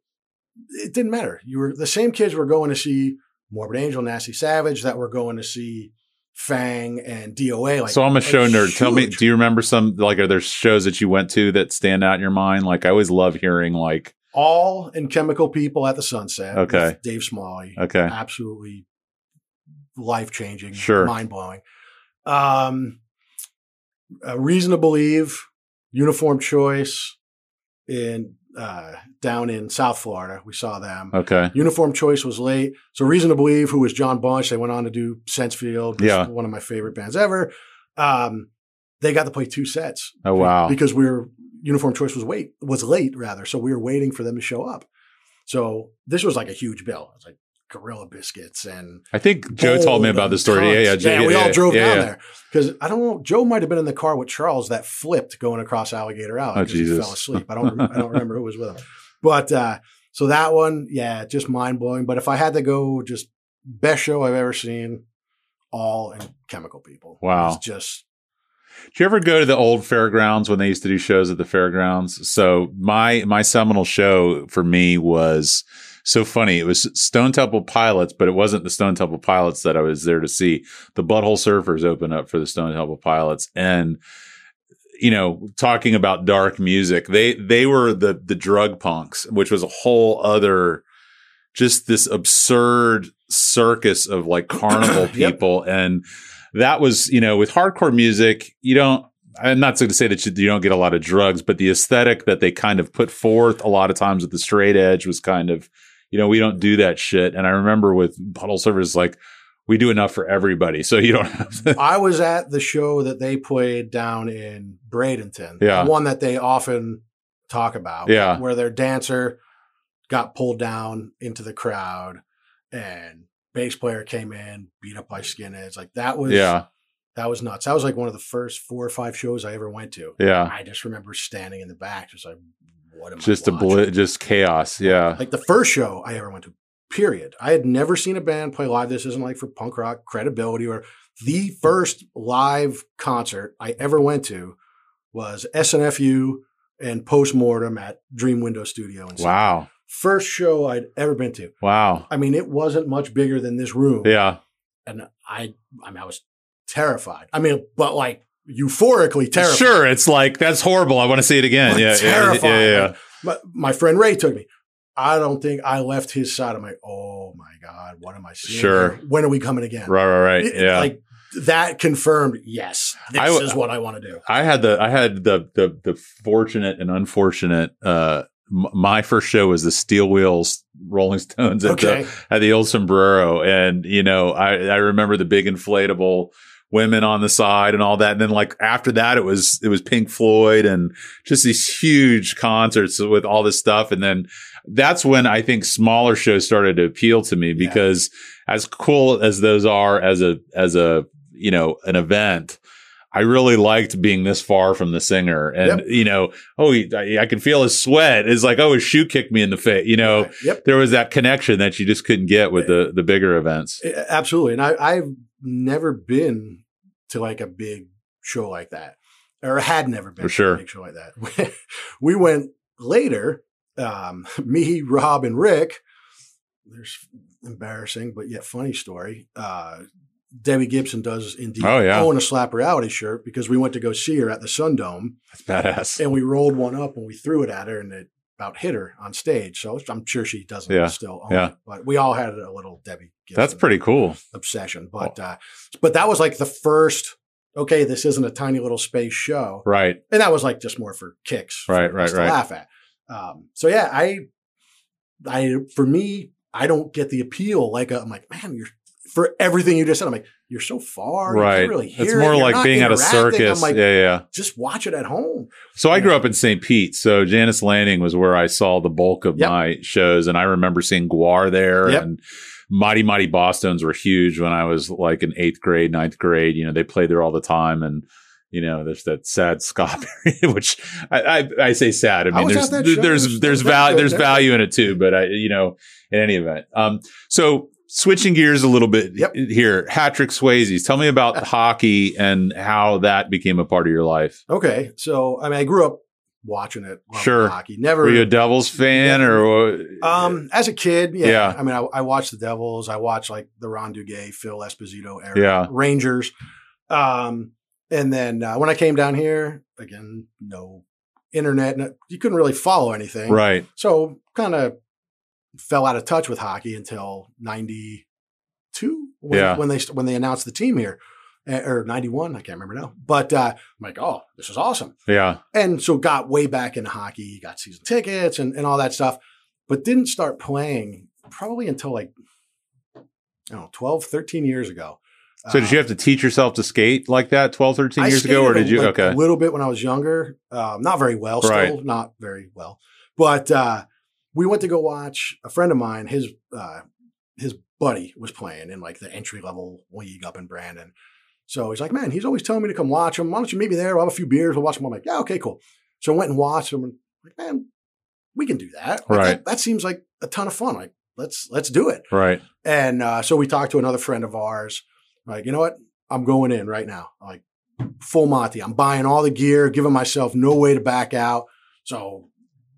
[SPEAKER 3] It didn't matter. You were the same kids were going to see Morbid Angel, Nasty Savage, that were going to see Fang and DOA. Like
[SPEAKER 1] so I'm a show nerd. Tell me,
[SPEAKER 3] huge-
[SPEAKER 1] do you remember some like are there shows that you went to that stand out in your mind? Like I always love hearing like
[SPEAKER 3] all and chemical people at the sunset. with
[SPEAKER 1] Okay.
[SPEAKER 3] Dave Smalley.
[SPEAKER 1] okay,
[SPEAKER 3] Absolutely life changing,
[SPEAKER 1] Sure.
[SPEAKER 3] mind blowing. Um, a reason to believe, uniform choice in uh, down in South Florida. We saw them.
[SPEAKER 1] okay,
[SPEAKER 3] Uniform choice was late. So reason to believe who was John Bunch. They went on to do Sensefield, which is
[SPEAKER 1] Yeah.
[SPEAKER 3] one of my favorite bands ever. Um, they got to play two sets
[SPEAKER 1] oh wow,
[SPEAKER 3] because we were uniform choice was wait was late rather, so we were waiting for them to show up. So this was like a huge bill. It's like Gorilla Biscuits and
[SPEAKER 1] I think Joe told me
[SPEAKER 3] Bold
[SPEAKER 1] about
[SPEAKER 3] and
[SPEAKER 1] the story. Yeah,
[SPEAKER 3] Tons.
[SPEAKER 1] yeah, Joe-
[SPEAKER 3] we all drove
[SPEAKER 1] yeah,
[SPEAKER 3] down
[SPEAKER 1] yeah.
[SPEAKER 3] there because I don't know. Joe might have been in the car with Charles that flipped going across Alligator Alley
[SPEAKER 1] Oh,
[SPEAKER 3] 'cause he
[SPEAKER 1] Jesus.
[SPEAKER 3] fell asleep. I don't I don't remember who was with him, but uh, so that one, yeah, just mind blowing. But if I had to go, just best show I've ever seen, all in Chemical People.
[SPEAKER 1] Wow.
[SPEAKER 3] it's just
[SPEAKER 1] Did you ever go to the old fairgrounds when they used to do shows at the fairgrounds? So my my seminal show for me was so funny. It was Stone Temple Pilots, but it wasn't the Stone Temple Pilots that I was there to see. The Butthole Surfers opened up for the Stone Temple Pilots, and you know, talking about dark music, they they were the the drug punks, which was a whole other just this absurd circus of like carnival
[SPEAKER 3] Yep.
[SPEAKER 1] people and that was you know with hardcore music you don't i'm not to say that you, you don't get a lot of drugs but the aesthetic that they kind of put forth a lot of times with the straight edge was kind of you know we don't do that shit and i remember with puddle servers like we do enough for everybody so you don't have
[SPEAKER 3] (laughs)
[SPEAKER 1] to
[SPEAKER 3] I was at the show that they played down in Bradenton.
[SPEAKER 1] Yeah.
[SPEAKER 3] The one that they often talk about.
[SPEAKER 1] Yeah.
[SPEAKER 3] Where their dancer got pulled down into the crowd and bass player came in, beat up by skinheads. Like that was
[SPEAKER 1] yeah
[SPEAKER 3] that was nuts. That was like one of the first four or five shows I ever went to.
[SPEAKER 1] yeah
[SPEAKER 3] I just remember standing in the back, just like, what am
[SPEAKER 1] just
[SPEAKER 3] I
[SPEAKER 1] a
[SPEAKER 3] watching?
[SPEAKER 1] bl- just chaos yeah
[SPEAKER 3] like the first show I ever went to. Period. I had never seen a band play live. This isn't like for punk rock credibility or the first live concert I ever went to was SNFU and Postmortem at Dream Window Studio. In Seattle.
[SPEAKER 1] wow
[SPEAKER 3] First show I'd ever been to.
[SPEAKER 1] wow
[SPEAKER 3] I mean, it wasn't much bigger than this room.
[SPEAKER 1] yeah
[SPEAKER 3] And I, I mean, I was terrified. I mean, but like euphorically terrified.
[SPEAKER 1] sure it's like that's horrible i want to see it again
[SPEAKER 3] Like,
[SPEAKER 1] yeah, yeah yeah
[SPEAKER 3] terrifying.
[SPEAKER 1] yeah yeah
[SPEAKER 3] My, my friend Ray took me. I don't think I left his side. I'm like, oh my God, what am I seeing?
[SPEAKER 1] Sure.
[SPEAKER 3] here? When are we coming again?
[SPEAKER 1] right right right
[SPEAKER 3] It-
[SPEAKER 1] yeah
[SPEAKER 3] Like that confirmed, yes, this
[SPEAKER 1] I w-
[SPEAKER 3] is what I want to do.
[SPEAKER 1] I had the I had the the the fortunate and unfortunate. Uh, m- my first show was the Steel Wheels Rolling Stones at,
[SPEAKER 3] Okay.
[SPEAKER 1] the, at the old sombrero, and you know I I remember the big inflatable women on the side and all that. And then like after that, it was it was Pink Floyd and just these huge concerts with all this stuff. And then that's when I think smaller shows started to appeal to me
[SPEAKER 3] Yeah.
[SPEAKER 1] because as cool as those are as a as a you know an event. I really liked being this far from the singer, and you know, oh, he, I, I can feel his sweat. It's like, oh, his shoe kicked me in the face. You know,
[SPEAKER 3] Yep.
[SPEAKER 1] there was that connection that you just couldn't get with the the bigger events.
[SPEAKER 3] A- Absolutely. And I, I've never been to like a big show like that or had never been
[SPEAKER 1] For sure.
[SPEAKER 3] to a big show like that. (laughs) we went later, um, (laughs) me, Rob and Rick, there's embarrassing, but yet funny story. Uh, Debbie Gibson does indeed
[SPEAKER 1] Oh, yeah.
[SPEAKER 3] own a slap reality shirt because we went to go see her at the Sun Dome
[SPEAKER 1] That's badass.
[SPEAKER 3] and we rolled one up and we threw it at her and it about hit her on stage. So I'm sure she doesn't
[SPEAKER 1] Yeah.
[SPEAKER 3] still own
[SPEAKER 1] Yeah.
[SPEAKER 3] it, but we all had a little Debbie. Gibson
[SPEAKER 1] That's pretty cool.
[SPEAKER 3] obsession.
[SPEAKER 1] Oh.
[SPEAKER 3] But uh, but that was like the first. Okay, this isn't a tiny little space show,
[SPEAKER 1] Right,
[SPEAKER 3] and that was like just more for kicks, for
[SPEAKER 1] Right, right,
[SPEAKER 3] us to
[SPEAKER 1] right.
[SPEAKER 3] Laugh at. Um, so yeah, I I for me, I don't get the appeal. Like uh, I'm like, man, you're for everything you just said. I'm like, you're so far. You
[SPEAKER 1] right.
[SPEAKER 3] can't really hear
[SPEAKER 1] it's
[SPEAKER 3] it.
[SPEAKER 1] more
[SPEAKER 3] You're
[SPEAKER 1] like
[SPEAKER 3] not
[SPEAKER 1] being at a
[SPEAKER 3] interacting."
[SPEAKER 1] circus.
[SPEAKER 3] I'm like,
[SPEAKER 1] yeah, yeah.
[SPEAKER 3] just watch it at home.
[SPEAKER 1] So I
[SPEAKER 3] Yeah.
[SPEAKER 1] grew up in St. Pete. So Janice Landing was where I saw the bulk of
[SPEAKER 3] Yep.
[SPEAKER 1] my shows. And I remember seeing Guar there
[SPEAKER 3] Yep.
[SPEAKER 1] and Mighty Mighty Boston's were huge when I was like in eighth grade, ninth grade. You know, they played there all the time. And, you know, there's that sad (laughs) ska period, which I, I, I say sad. I
[SPEAKER 3] I
[SPEAKER 1] mean,
[SPEAKER 3] was
[SPEAKER 1] there's,
[SPEAKER 3] at that
[SPEAKER 1] there's,
[SPEAKER 3] show.
[SPEAKER 1] there's,
[SPEAKER 3] There's-
[SPEAKER 1] value,
[SPEAKER 3] there's-
[SPEAKER 1] there's value in it too. But I, you know, in any event. Um, so switching gears a little bit
[SPEAKER 3] Yep. Uh.
[SPEAKER 1] here, Patrick Swayze, tell me about hockey and how that became a part of your life.
[SPEAKER 3] Okay. So I mean I grew up watching it. loved
[SPEAKER 1] Sure.
[SPEAKER 3] Hockey. Never
[SPEAKER 1] Were you a Devils fan or what?
[SPEAKER 3] um as a kid, yeah.
[SPEAKER 1] Yeah.
[SPEAKER 3] I mean I, I watched the Devils, I watched like the Ron Duguay, Phil Esposito era
[SPEAKER 1] Yeah.
[SPEAKER 3] Rangers. Um and then uh, when I came down here, again, no internet, no, you couldn't really follow anything.
[SPEAKER 1] right?
[SPEAKER 3] So kind of fell out of touch with hockey until 92 when,
[SPEAKER 1] Yeah.
[SPEAKER 3] when they when they announced the team here Eh, or 91 I can't remember now but uh, I'm like oh this is awesome
[SPEAKER 1] Yeah,
[SPEAKER 3] and so got way back into hockey got season tickets and, and all that stuff but didn't start playing probably until like I don't know 12 13 years ago
[SPEAKER 1] so did you have to teach yourself to skate like that 12, 13
[SPEAKER 3] Um, I
[SPEAKER 1] years ago, or
[SPEAKER 3] skated
[SPEAKER 1] did
[SPEAKER 3] a-
[SPEAKER 1] you?
[SPEAKER 3] like,
[SPEAKER 1] okay,
[SPEAKER 3] a little bit when I was younger. Um, not very well, still
[SPEAKER 1] Right.
[SPEAKER 3] not very well. But uh, we went to go watch a friend of mine. His uh, his buddy was playing in like the entry level league up in Brandon. So he's like, man, he's always telling me to come watch him. Why don't you meet me there? We'll have a few beers. We'll watch him. I'm like, yeah, okay, cool. So I went and watched him. And like, man, we can do that. Like,
[SPEAKER 1] Right.
[SPEAKER 3] That, that seems like a ton of fun. Like, let's let's do it.
[SPEAKER 1] right?
[SPEAKER 3] And uh, so we talked to another friend of ours. Like, you know what? I'm going in right now. Like, full Monty. I'm buying all the gear, giving myself no way to back out. So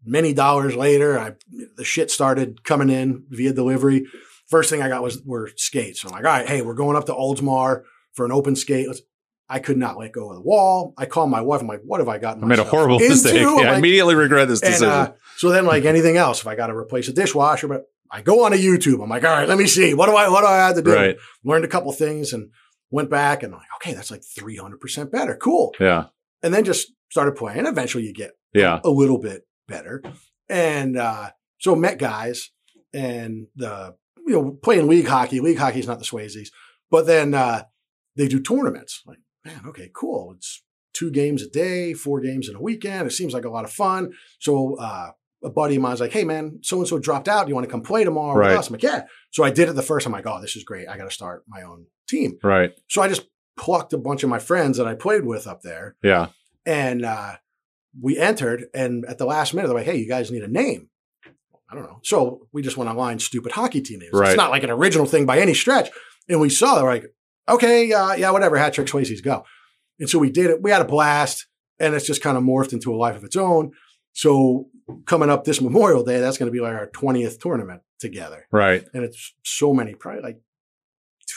[SPEAKER 3] many dollars later, I the shit started coming in via delivery. First thing I got was were skates. So I'm like, all right, hey, we're going up to Oldsmar for an open skate. Let's, I could not let go of the wall. I called my wife. I'm like, what have I gotten?
[SPEAKER 1] I made a
[SPEAKER 3] myself
[SPEAKER 1] horrible (laughs)
[SPEAKER 3] into?
[SPEAKER 1] mistake.
[SPEAKER 3] I'm
[SPEAKER 1] Yeah, I
[SPEAKER 3] like,
[SPEAKER 1] immediately regret this
[SPEAKER 3] and
[SPEAKER 1] decision.
[SPEAKER 3] uh, so then, like anything else, if I got to replace a dishwasher, but I go on to YouTube. I'm like, all right, let me see. What do I what do I have to do?
[SPEAKER 1] right?
[SPEAKER 3] Learned a couple things and went back and like, okay, that's like 300 percent better. Cool.
[SPEAKER 1] Yeah,
[SPEAKER 3] And then just started playing. Eventually, you get
[SPEAKER 1] yeah,
[SPEAKER 3] a little bit better. And uh, so met guys and the you know playing league hockey. League hockey is not the Swayze's, but then uh, they do tournaments. Like man, okay, cool. It's two games a day, four games in a weekend. It seems like a lot of fun. So uh, a buddy of mine's like, hey man, so and so dropped out. Do you want to come play tomorrow
[SPEAKER 1] Right.
[SPEAKER 3] with us? I'm like, yeah. So I did it the first. I'm like, oh, this is great. I got to start my own team.
[SPEAKER 1] right.
[SPEAKER 3] So I just plucked a bunch of my friends that I played with up there
[SPEAKER 1] Yeah,
[SPEAKER 3] and uh, we entered, and at the last minute, they're like, "Hey, you guys need a name." I don't know. So we just went online, stupid hockey team names.
[SPEAKER 1] Right.
[SPEAKER 3] It's not like an original thing by any stretch. And we saw they're like, "Okay, uh, yeah, whatever, hat trick, Swayze's go." And so we did it. We had a blast, and it's just kind of morphed into a life of its own. So coming up this Memorial Day, that's going to be like our twentieth tournament together,
[SPEAKER 1] right.
[SPEAKER 3] and it's so many, probably like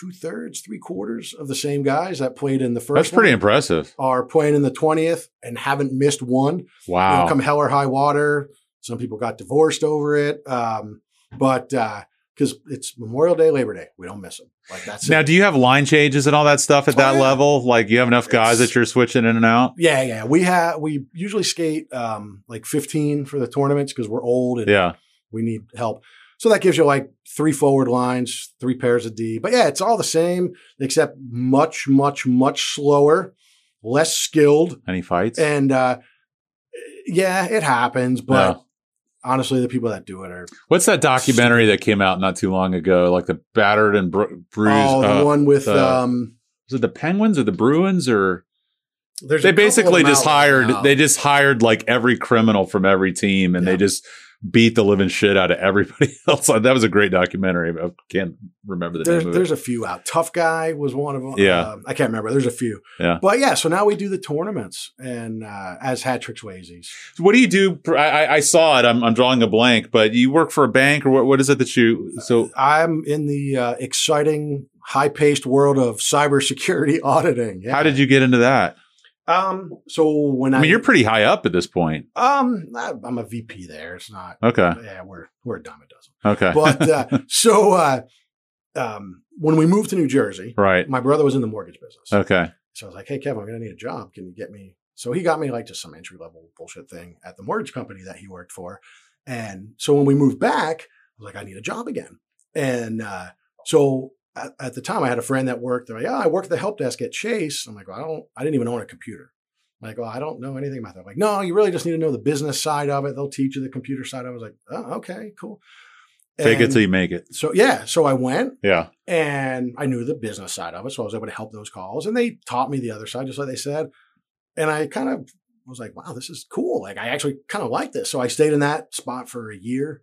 [SPEAKER 3] two thirds, three quarters of the same guys that played in the first.
[SPEAKER 1] That's pretty
[SPEAKER 3] one
[SPEAKER 1] impressive.
[SPEAKER 3] are playing in the 20th and haven't missed one. You know,
[SPEAKER 1] Wow.
[SPEAKER 3] come hell or high water. Some people got divorced over it. Um, but because it's Memorial Day, Labor Day, we don't miss them. Like that's
[SPEAKER 1] Now,
[SPEAKER 3] it.
[SPEAKER 1] do you have line changes and all that stuff at
[SPEAKER 3] Oh,
[SPEAKER 1] that
[SPEAKER 3] yeah.
[SPEAKER 1] level? Like, you have enough guys
[SPEAKER 3] It's-
[SPEAKER 1] that you're switching in and out?
[SPEAKER 3] Yeah, yeah. We have we usually skate um, like 15 for the tournaments because we're old and
[SPEAKER 1] Yeah,
[SPEAKER 3] we need help. So that gives you like three forward lines, three pairs of D. But yeah, it's all the same except much, much, much slower, less skilled.
[SPEAKER 1] any fights?
[SPEAKER 3] And uh, yeah, it happens, but honestly, the people that do it are
[SPEAKER 1] What's that documentary that came out not too long ago? Like the battered and bru- bruised.
[SPEAKER 3] oh, the
[SPEAKER 1] uh,
[SPEAKER 3] one with
[SPEAKER 1] the-
[SPEAKER 3] um.
[SPEAKER 1] was it the Penguins or the Bruins or
[SPEAKER 3] There's
[SPEAKER 1] they
[SPEAKER 3] a couple of
[SPEAKER 1] basically
[SPEAKER 3] them
[SPEAKER 1] just
[SPEAKER 3] out right
[SPEAKER 1] hired
[SPEAKER 3] now.
[SPEAKER 1] they just hired like every criminal from every team and they
[SPEAKER 3] Yeah.
[SPEAKER 1] just beat the living shit out of everybody (laughs) else. That was a great documentary. but I can't remember the
[SPEAKER 3] there's
[SPEAKER 1] name of
[SPEAKER 3] there's
[SPEAKER 1] it.
[SPEAKER 3] a few out. Tough guy was one of them.
[SPEAKER 1] Yeah.
[SPEAKER 3] Um, I can't remember. There's a few.
[SPEAKER 1] Yeah.
[SPEAKER 3] but yeah. So now we do the tournaments and uh, as hat tricks wazies.
[SPEAKER 1] What do you do? I, I- I saw it. I'm, I'm drawing a blank, but you work for a bank or what, what is it that you so
[SPEAKER 3] I'm in the uh, exciting, high paced world of cybersecurity (laughs) auditing. Yeah.
[SPEAKER 1] how did you get into that?
[SPEAKER 3] Um. So when
[SPEAKER 1] I mean, you're pretty high up at this point.
[SPEAKER 3] um, I- I'm a VP there. It's not.
[SPEAKER 1] Okay.
[SPEAKER 3] Yeah, we're we're a dime a dozen.
[SPEAKER 1] Okay.
[SPEAKER 3] But uh, so uh, um, when we moved to New Jersey,
[SPEAKER 1] (laughs) right.
[SPEAKER 3] my brother was in the mortgage business.
[SPEAKER 1] Okay.
[SPEAKER 3] So I was like, hey, Kevin, I'm going to need a job. Can you get me? So he got me like just some entry level bullshit thing at the mortgage company that he worked for. And so when we moved back, I was like, I need a job again. And uh, so at, at the time, I had a friend that worked. They're like, "Yeah, I work at the help desk at Chase." I'm like, well, "I don't. I didn't even own a computer." I'm like, "Well, I don't know anything about that." I'm like, no, you really just need to know the business side of it. They'll teach you the computer side. I was like, "Oh, okay, cool."
[SPEAKER 1] Take it
[SPEAKER 3] And
[SPEAKER 1] till you make it.
[SPEAKER 3] so yeah, so I went
[SPEAKER 1] Yeah.
[SPEAKER 3] and I knew the business side of it, so I was able to help those calls. And they taught me the other side, just like they said. And I kind of was like, "Wow, this is cool! Like, I actually kind of like this." So I stayed in that spot for a year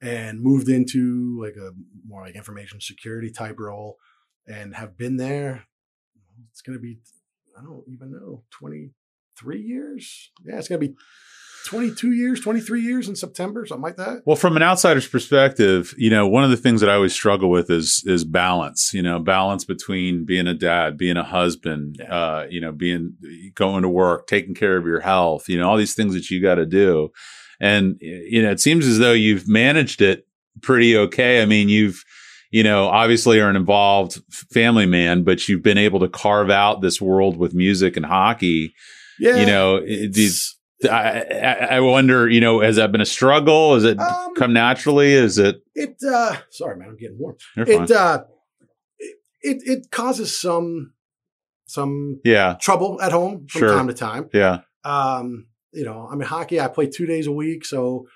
[SPEAKER 3] and moved into like a more like information security type role, and have been there. It's going to be, I don't even know, twenty three years. Yeah, it's going to be twenty two years, twenty three years in September, something like that.
[SPEAKER 1] Well, from an outsider's perspective, you know, one of the things that I always struggle with is is balance. You know, balance between being a dad, being a husband,
[SPEAKER 3] Yeah.
[SPEAKER 1] uh, you know, being going to work, taking care of your health. You know, all these things that you got to do, and you know, it seems as though you've managed it pretty okay. I mean, you've you know, obviously are an involved f- family man, but you've been able to carve out this world with music and hockey.
[SPEAKER 3] Yeah,
[SPEAKER 1] You know, it- these I, I I wonder, you know, has that been a struggle? Has it
[SPEAKER 3] Um,
[SPEAKER 1] come naturally? Is it?
[SPEAKER 3] it. uh Sorry, man, I'm getting warm.
[SPEAKER 1] You're fine.
[SPEAKER 3] it uh it it- it causes some some
[SPEAKER 1] yeah,
[SPEAKER 3] trouble at home from
[SPEAKER 1] Sure.
[SPEAKER 3] time to time
[SPEAKER 1] yeah,
[SPEAKER 3] um you know i mean hockey i play two days a week so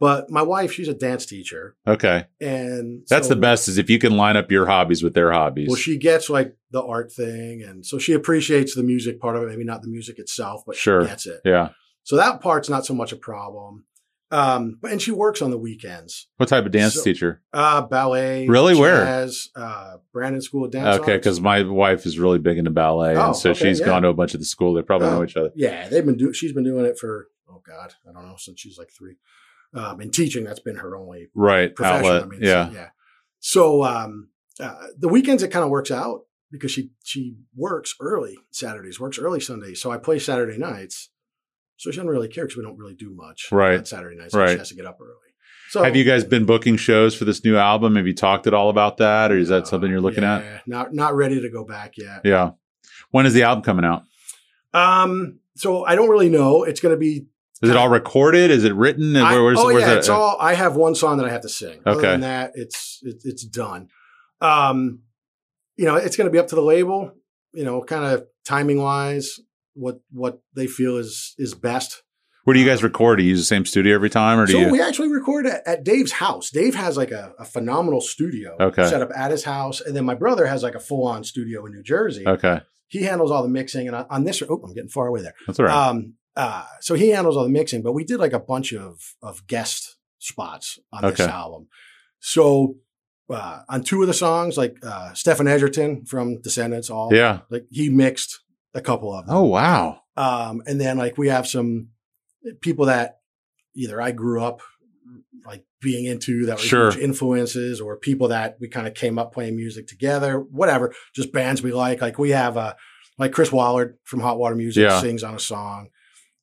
[SPEAKER 3] but my wife she's a dance teacher
[SPEAKER 1] okay.
[SPEAKER 3] and
[SPEAKER 1] That's
[SPEAKER 3] so-
[SPEAKER 1] the best is if you can line up your hobbies with their hobbies.
[SPEAKER 3] well she gets like the art thing and so she appreciates the music part of it maybe not the music itself but
[SPEAKER 1] Sure.
[SPEAKER 3] she gets it
[SPEAKER 1] yeah.
[SPEAKER 3] so that part's not so much a problem um but- and she works on the weekends
[SPEAKER 1] What type of dance
[SPEAKER 3] So-
[SPEAKER 1] teacher?
[SPEAKER 3] uh ballet
[SPEAKER 1] Really? Where?
[SPEAKER 3] jazz, uh brandon school of dance
[SPEAKER 1] Okay,
[SPEAKER 3] Arts.
[SPEAKER 1] because my wife is really big into ballet,
[SPEAKER 3] Oh,
[SPEAKER 1] and so
[SPEAKER 3] okay,
[SPEAKER 1] she's
[SPEAKER 3] yeah.
[SPEAKER 1] gone to a bunch of the school. They probably know
[SPEAKER 3] Oh.
[SPEAKER 1] each other.
[SPEAKER 3] Yeah, they've been doing. She's been doing it for oh god, I don't know since she's like three. Um, and teaching that's been her only
[SPEAKER 1] Right.
[SPEAKER 3] profession.
[SPEAKER 1] Outlet.
[SPEAKER 3] I mean,
[SPEAKER 1] yeah.
[SPEAKER 3] so, yeah. So um, uh, the weekends it kind of works out because she she works early Saturdays, works early Sundays. So I play Saturday nights. So she doesn't really care because we don't really do much
[SPEAKER 1] Right.
[SPEAKER 3] on Saturday nights. so
[SPEAKER 1] Right.
[SPEAKER 3] She has to get up early. So
[SPEAKER 1] Have you guys been booking shows for this new album? Have you talked at all about that, or is that something you're looking at?
[SPEAKER 3] Uh, Yeah, Not not ready to go back yet.
[SPEAKER 1] Yeah. When is the album coming out?
[SPEAKER 3] Um. So I don't really know. It's going to be
[SPEAKER 1] Is it all recorded? Is it written? (laughs) And
[SPEAKER 3] I-
[SPEAKER 1] where's,
[SPEAKER 3] oh
[SPEAKER 1] where's
[SPEAKER 3] yeah,
[SPEAKER 1] that-
[SPEAKER 3] it's all. I have one song that I have to sing. Other
[SPEAKER 1] Okay.
[SPEAKER 3] than that, it's it, it's done. Um, you know, it's going to be up to the label. You know, kind of timing wise, what what they feel is is best.
[SPEAKER 1] Where do you guys record? Do you use the same studio every time, or do
[SPEAKER 3] So
[SPEAKER 1] you?
[SPEAKER 3] we actually record at, at Dave's house. Dave has like a, a phenomenal studio
[SPEAKER 1] Okay.
[SPEAKER 3] set up at his house, and then my brother has like a full on studio in New Jersey.
[SPEAKER 1] okay,
[SPEAKER 3] He handles all the mixing, and on, on this, oh, I'm getting far away there.
[SPEAKER 1] that's all right.
[SPEAKER 3] Um, uh, so he handles all the mixing, but we did like a bunch of of guest spots on this
[SPEAKER 1] Okay.
[SPEAKER 3] album. So uh, on two of the songs, like uh, Stephen Edgerton from Descendants, all
[SPEAKER 1] yeah.
[SPEAKER 3] like he mixed a couple of them.
[SPEAKER 1] Oh wow.
[SPEAKER 3] Um, and then like we have some people that either I grew up like being into that were
[SPEAKER 1] Sure.
[SPEAKER 3] huge influences or people that we kind of came up playing music together, whatever, just bands we like. Like we have uh like Chris Wallard from Hot Water Music
[SPEAKER 1] Yeah.
[SPEAKER 3] sings on a song.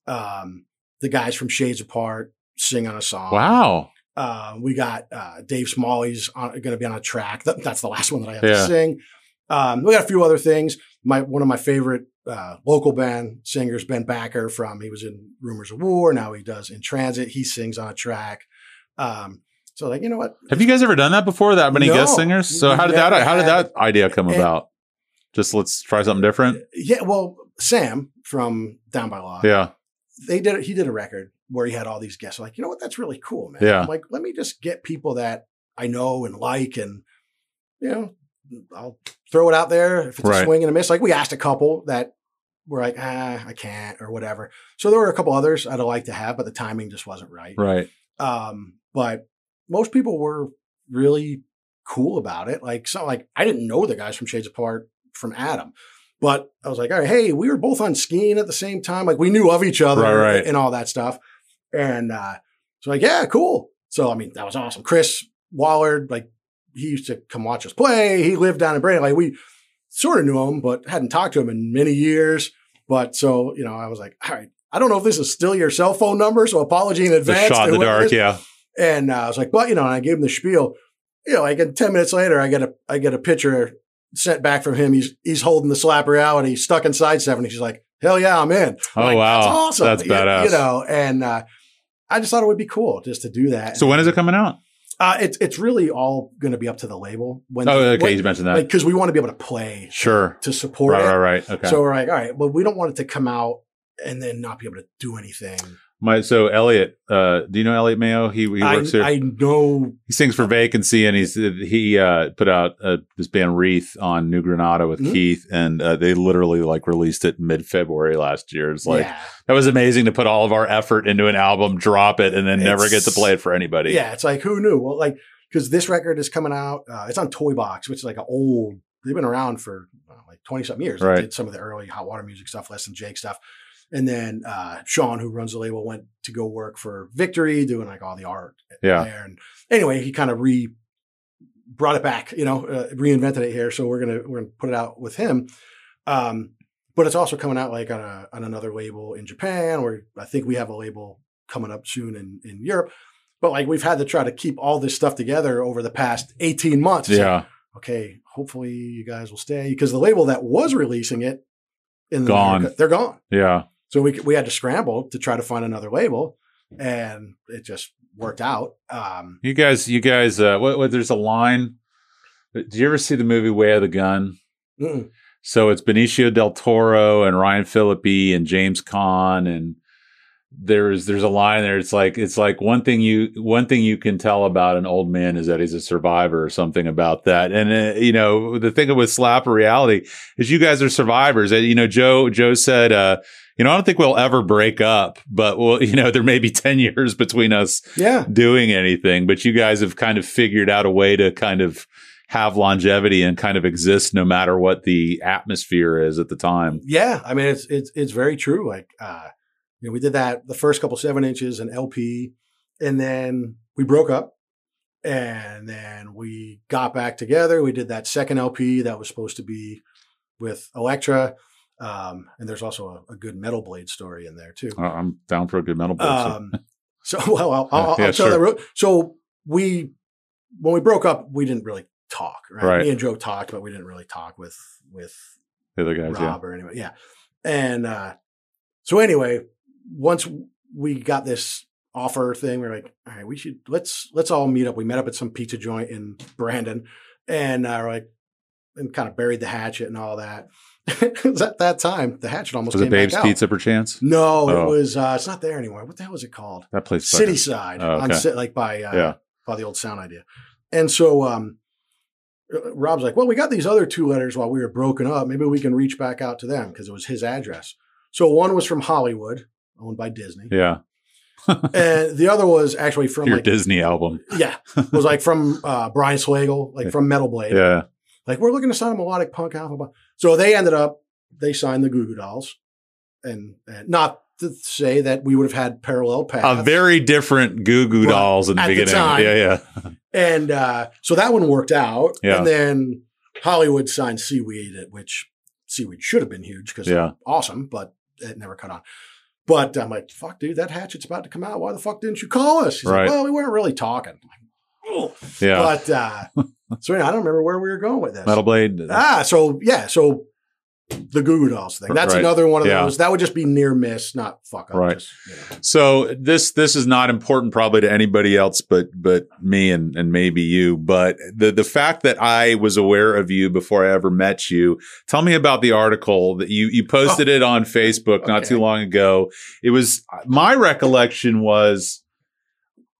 [SPEAKER 3] Um the guys from Shades Apart sing on a song.
[SPEAKER 1] Wow.
[SPEAKER 3] Uh, we got uh, Dave Smalley's going to be on a track. That, that's the last one that I have
[SPEAKER 1] Yeah.
[SPEAKER 3] to sing. Um, we got a few other things. My one of my favorite uh, local band singers, Ben Backer from he was in Rumors of War. Now he does In Transit. He sings on a track. Um, so like you know what?
[SPEAKER 1] Have you guys ever done that before? That many guest
[SPEAKER 3] No.
[SPEAKER 1] singers? So
[SPEAKER 3] We've
[SPEAKER 1] how did that
[SPEAKER 3] never
[SPEAKER 1] how did
[SPEAKER 3] had-
[SPEAKER 1] that idea come
[SPEAKER 3] and-
[SPEAKER 1] about? Just let's try something different.
[SPEAKER 3] Yeah. Well, Sam from Down by Law.
[SPEAKER 1] Yeah.
[SPEAKER 3] they did he did a record where he had all these guests. I'm like, you know what? That's really cool, man.
[SPEAKER 1] Yeah.
[SPEAKER 3] I'm like, let me just get people that I know and like, and you know, I'll throw it out there if it's
[SPEAKER 1] Right.
[SPEAKER 3] a swing and a miss. Like we asked a couple that were like, ah, I can't or whatever. So there were a couple others I'd have liked to have, but the timing just wasn't right.
[SPEAKER 1] Right.
[SPEAKER 3] Um, but most people were really cool about it. Like, so like I didn't know the guys from Shades Apart from Adam, but I was like, all right, hey, we were both on skiing at the same time. Like we knew of each other
[SPEAKER 1] Right, right.
[SPEAKER 3] and all that stuff. And uh, so like, yeah, cool. So I mean, that was awesome. Chris Wallard, like he used to come watch us play. He lived down in Brandon. Like we sort of knew him, but hadn't talked to him in many years. But so, you know, I was like, all right, I don't know if this is still your cell phone number. So apology in
[SPEAKER 1] The
[SPEAKER 3] advance.
[SPEAKER 1] shot
[SPEAKER 3] to
[SPEAKER 1] in the
[SPEAKER 3] whoever it
[SPEAKER 1] dark,
[SPEAKER 3] is.
[SPEAKER 1] yeah.
[SPEAKER 3] And uh, I was like, but you know, and I gave him the spiel. You know, like and ten minutes later, I get a I get a picture sent back from him. He's he's holding the slap reality stuck inside seven. He's like, hell yeah, I'm in. I'm
[SPEAKER 1] Oh
[SPEAKER 3] like,
[SPEAKER 1] wow.
[SPEAKER 3] that's awesome.
[SPEAKER 1] That's
[SPEAKER 3] You-
[SPEAKER 1] badass.
[SPEAKER 3] You know, and uh, I just thought it would be cool just to do that.
[SPEAKER 1] So when is it coming out?
[SPEAKER 3] Uh, it's it's really all going to be up to the label. When
[SPEAKER 1] Oh, okay. you mentioned that.
[SPEAKER 3] because we want to be able to play
[SPEAKER 1] sure.
[SPEAKER 3] to support
[SPEAKER 1] Right,
[SPEAKER 3] it.
[SPEAKER 1] right, right. Okay.
[SPEAKER 3] So we're like, all right, well, we don't want it to come out and then not be able to do anything.
[SPEAKER 1] My so Elliot, uh, do you know Elliot Mayo? He he
[SPEAKER 3] I,
[SPEAKER 1] works here.
[SPEAKER 3] I know.
[SPEAKER 1] he sings for Vacancy, and he's he uh, put out uh, this band Wreath on New Granada with
[SPEAKER 3] Mhm.
[SPEAKER 1] Keith, and uh, they literally like released it mid February last year. It's like
[SPEAKER 3] yeah.
[SPEAKER 1] that was amazing to put all of our effort into an album, drop it, and then never get
[SPEAKER 3] It's-
[SPEAKER 1] to play it for anybody.
[SPEAKER 3] Yeah, it's like who knew? Well, like because this record is coming out. Uh, it's on Toy Box, which is like an old. They've been around for uh, like twenty something years. They
[SPEAKER 1] Right.
[SPEAKER 3] Did some of the early hot water music stuff, less than Jake stuff, and then uh, Sean, who runs the label, went to go work for Victory, doing like all the art
[SPEAKER 1] yeah.
[SPEAKER 3] there. And anyway, he kind of re brought it back, you know, uh, reinvented it here. So we're gonna we're gonna put it out with him. Um, but it's also coming out like on a, on another label in Japan. Or I think we have a label coming up soon in in Europe. But like we've had to try to keep all this stuff together over the past eighteen months. It's like,
[SPEAKER 1] Yeah.
[SPEAKER 3] okay, hopefully you guys will stay because the label that was releasing it in
[SPEAKER 1] Gone.
[SPEAKER 3] America, they're gone.
[SPEAKER 1] Yeah.
[SPEAKER 3] So we we had to scramble to try to find another label, and it just worked out. Um,
[SPEAKER 1] You guys, you guys, uh, what, what, there's a line. Do you ever see the movie Way of the Gun?
[SPEAKER 3] mm,
[SPEAKER 1] So it's Benicio del Toro and Ryan Phillippe and James Caan and there's there's a line there. It's like it's like one thing you one thing you can tell about an old man is that he's a survivor or something about that. And uh, you know the thing with slap reality is you guys are survivors. And, you know Joe Joe said. uh you know, I don't think we'll ever break up, but well, (laughs) you know, there may be 10 years between us
[SPEAKER 3] yeah,
[SPEAKER 1] doing anything, but you guys have kind of figured out a way to kind of have longevity and kind of exist no matter what the atmosphere is at the time.
[SPEAKER 3] yeah. I mean, it's it's it's very true. Like, uh, you know, we did that the first couple seven inches and LP, and then we broke up, and then we got back together. We did that second LP that was supposed to be with Elektra, um, and there's also a, a good Metal Blade story in
[SPEAKER 1] (laughs)
[SPEAKER 3] there too.
[SPEAKER 1] I- I'm down for a good metal bullet.
[SPEAKER 3] Um, so (laughs) well, I'll, I'll,
[SPEAKER 1] Yeah,
[SPEAKER 3] I'll tell
[SPEAKER 1] sure.
[SPEAKER 3] that real. So we, when we broke up, we didn't really talk. Right?
[SPEAKER 1] Right.
[SPEAKER 3] Me and Joe talked, but we didn't really talk with with
[SPEAKER 1] the other guys, yeah.
[SPEAKER 3] Rob or anybody. Yeah. And uh, so anyway, once we got this offer thing, we are like, all right, we should let's let's all meet up. We met up at some pizza joint in Brandon, and uh, we're like, and kind of buried the hatchet and all that. (laughs) 'Cause at that time, the hatchet almost
[SPEAKER 1] Was it
[SPEAKER 3] came back
[SPEAKER 1] Babe's
[SPEAKER 3] out.
[SPEAKER 1] Pizza perchance? Oh.
[SPEAKER 3] No, it was. Uh, it's not there anymore. What the hell was it called?
[SPEAKER 1] That place
[SPEAKER 3] city
[SPEAKER 1] fucking-
[SPEAKER 3] side
[SPEAKER 1] Oh,
[SPEAKER 3] on
[SPEAKER 1] okay.
[SPEAKER 3] si- like by uh,
[SPEAKER 1] Yeah.
[SPEAKER 3] by the old sound idea and so um uh, rob's like well we got these other two letters while we were broken up maybe we can reach back out to them because it was his address so one was from hollywood owned by disney
[SPEAKER 1] (laughs) Yeah.
[SPEAKER 3] and the other was actually from
[SPEAKER 1] Your
[SPEAKER 3] like
[SPEAKER 1] Disney album.
[SPEAKER 3] yeah was
[SPEAKER 1] (laughs)
[SPEAKER 3] like from uh brian slagle like from metal blade
[SPEAKER 1] Yeah.
[SPEAKER 3] like we're looking to sign a melodic punk alpha band. So they ended up they signed the Goo Goo Dolls, and, and not to say that we would have had parallel paths.
[SPEAKER 1] A very different Goo Goo
[SPEAKER 3] Well,
[SPEAKER 1] Dolls in the
[SPEAKER 3] at the
[SPEAKER 1] beginning.
[SPEAKER 3] time-
[SPEAKER 1] yeah, yeah.
[SPEAKER 3] and uh, so that one worked out.
[SPEAKER 1] Yeah.
[SPEAKER 3] And then Hollywood signed Seaweed, at which Seaweed should have been huge because
[SPEAKER 1] Yeah.
[SPEAKER 3] awesome, but it never caught on. But I'm like, fuck, dude, that hatchet's about to come out. Why the fuck didn't you call us? He's
[SPEAKER 1] Right.
[SPEAKER 3] like, well, we weren't really talking. I'm like, "Oh."
[SPEAKER 1] Yeah.
[SPEAKER 3] But uh, so anyway, I don't remember where we were going with this.
[SPEAKER 1] metal Blade.
[SPEAKER 3] Ah, so yeah, so the Goo Goo Dolls thing. That's
[SPEAKER 1] Right.
[SPEAKER 3] another one of
[SPEAKER 1] Yeah.
[SPEAKER 3] those. That would just be near miss, not fuck up.
[SPEAKER 1] Right.
[SPEAKER 3] just, you know.
[SPEAKER 1] So this this is not important probably to anybody else but but me and and maybe you. But the the fact that I was aware of you before I ever met you. Tell me about the article that you you posted it on Facebook not
[SPEAKER 3] Oh. Okay.
[SPEAKER 1] too long ago. It was my recollection was.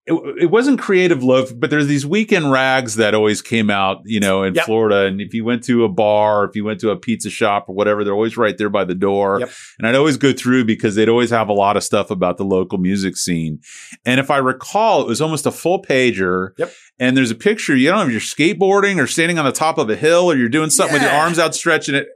[SPEAKER 1] It, it wasn't creative loaf, but there's these weekend rags that always came out, you know, in
[SPEAKER 3] Yep.
[SPEAKER 1] Florida. And if you went to a bar, if you went to a pizza shop or whatever, they're always right there by the door.
[SPEAKER 3] Yep.
[SPEAKER 1] And I'd always go through because they'd always have a lot of stuff about the local music scene. And if I recall, it was almost a full pager.
[SPEAKER 3] Yep.
[SPEAKER 1] And there's a picture, you don't know if you're skateboarding or standing on the top of a hill or you're doing something with your
[SPEAKER 3] Yeah.
[SPEAKER 1] arms outstretched. And it,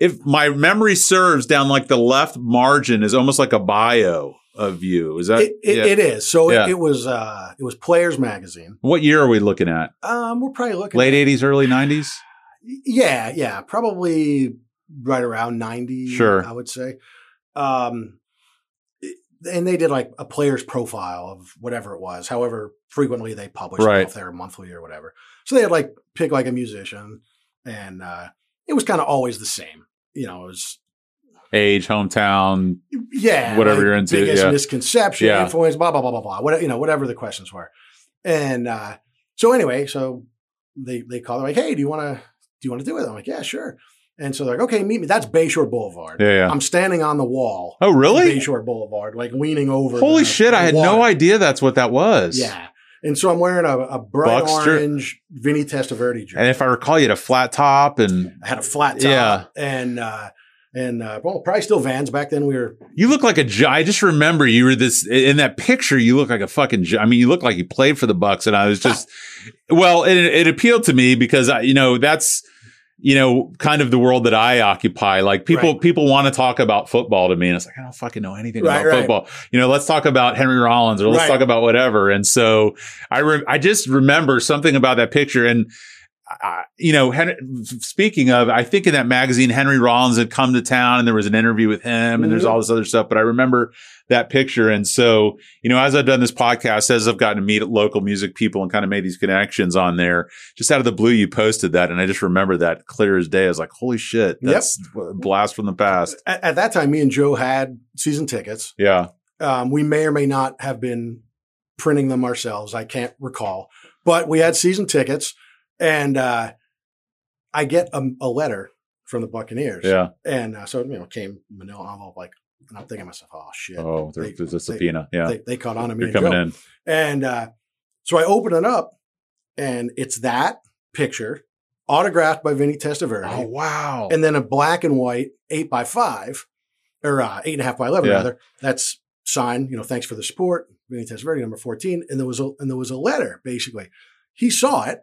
[SPEAKER 1] if my memory serves, down like the left margin is almost like a bio of you. Is that
[SPEAKER 3] it, it,
[SPEAKER 1] yeah.
[SPEAKER 3] it is. So
[SPEAKER 1] Yeah.
[SPEAKER 3] it, it was uh it was Players magazine.
[SPEAKER 1] what year are we looking at?
[SPEAKER 3] Um we're probably looking
[SPEAKER 1] Late 80s, early 90s?
[SPEAKER 3] Yeah, yeah. Probably right around 90,
[SPEAKER 1] Sure.
[SPEAKER 3] I would say. Um it- and they did like a player's profile of whatever it was, however frequently they published it,
[SPEAKER 1] Right.
[SPEAKER 3] if they were monthly or whatever. So they had like pick like a musician and uh it was kind of always the same. You know, it was
[SPEAKER 1] age, hometown.
[SPEAKER 3] yeah,
[SPEAKER 1] Whatever you're into,
[SPEAKER 3] biggest
[SPEAKER 1] yeah.
[SPEAKER 3] misconception,
[SPEAKER 1] Yeah.
[SPEAKER 3] influence, blah blah blah blah blah. What you know, whatever the questions were, and uh, so anyway, so they they call they're like, hey, do you want to do you want to do it? I'm like, yeah, sure. And so they're like, okay, meet me. That's Bayshore Boulevard.
[SPEAKER 1] Yeah, yeah.
[SPEAKER 3] I'm standing on the wall,
[SPEAKER 1] Oh, really?
[SPEAKER 3] Bayshore Boulevard, like leaning over.
[SPEAKER 1] Holy
[SPEAKER 3] the-
[SPEAKER 1] shit! I
[SPEAKER 3] the
[SPEAKER 1] had
[SPEAKER 3] water.
[SPEAKER 1] no idea that's what that was.
[SPEAKER 3] Yeah, and so I'm wearing a, a bright
[SPEAKER 1] Buckster.
[SPEAKER 3] orange Vinny Testaverde jersey.
[SPEAKER 1] And if I recall, you had a flat top, and
[SPEAKER 3] I had a flat top,
[SPEAKER 1] Yeah.
[SPEAKER 3] and uh, and uh, well, probably still Vans back then. We were
[SPEAKER 1] you look like a. gi- I just remember you were this in that picture. You look like a fucking. gi- I mean, you look like you played for the Bucks, and I was just. well, it, it appealed to me because I, you know, that's you know, kind of the world that I occupy. Like people,
[SPEAKER 3] Right.
[SPEAKER 1] people want to talk about football to me, and it's like I don't fucking know anything
[SPEAKER 3] Right,
[SPEAKER 1] about
[SPEAKER 3] right.
[SPEAKER 1] football. You know, let's talk about Henry Rollins or let's
[SPEAKER 3] Right.
[SPEAKER 1] talk about whatever. And so I, re- I just remember something about that picture and. I- uh, you know, Hen- speaking of, I think in that magazine, Henry Rollins had come to town and there was an interview with him and there's
[SPEAKER 3] Mhm.
[SPEAKER 1] all this other stuff. But I remember that picture. And so, you know, as I've done this podcast, as I've gotten to meet local music people and kind of made these connections on there, just out of the blue, you posted that. And I just remember that clear as day. I was like, holy shit,
[SPEAKER 3] Yep.
[SPEAKER 1] that's a blast from the past.
[SPEAKER 3] at, at that time. Me and Joe had season tickets.
[SPEAKER 1] Yeah.
[SPEAKER 3] Um, we may or may not have been printing them ourselves. I can't recall, but we had season tickets, and uh, I get a, a letter from the Buccaneers,
[SPEAKER 1] Yeah.
[SPEAKER 3] and uh, so you know, came Manila envelope like, and I'm thinking to myself, oh shit,
[SPEAKER 1] Oh, there-
[SPEAKER 3] They-
[SPEAKER 1] there's a
[SPEAKER 3] they-
[SPEAKER 1] subpoena. Yeah.
[SPEAKER 3] they, they caught on to me.
[SPEAKER 1] You're
[SPEAKER 3] and
[SPEAKER 1] coming
[SPEAKER 3] Joe.
[SPEAKER 1] in.
[SPEAKER 3] And uh, so I open it up, and it's that picture autographed by Vinny Testaverde,
[SPEAKER 1] Oh, wow.
[SPEAKER 3] and then a black and white eight by five or uh, eight and a half by eleven
[SPEAKER 1] Yeah.
[SPEAKER 3] rather. That's signed. You know, thanks for the support, Vinny Testaverde, number fourteen. And there was a and there was a letter basically. He saw it.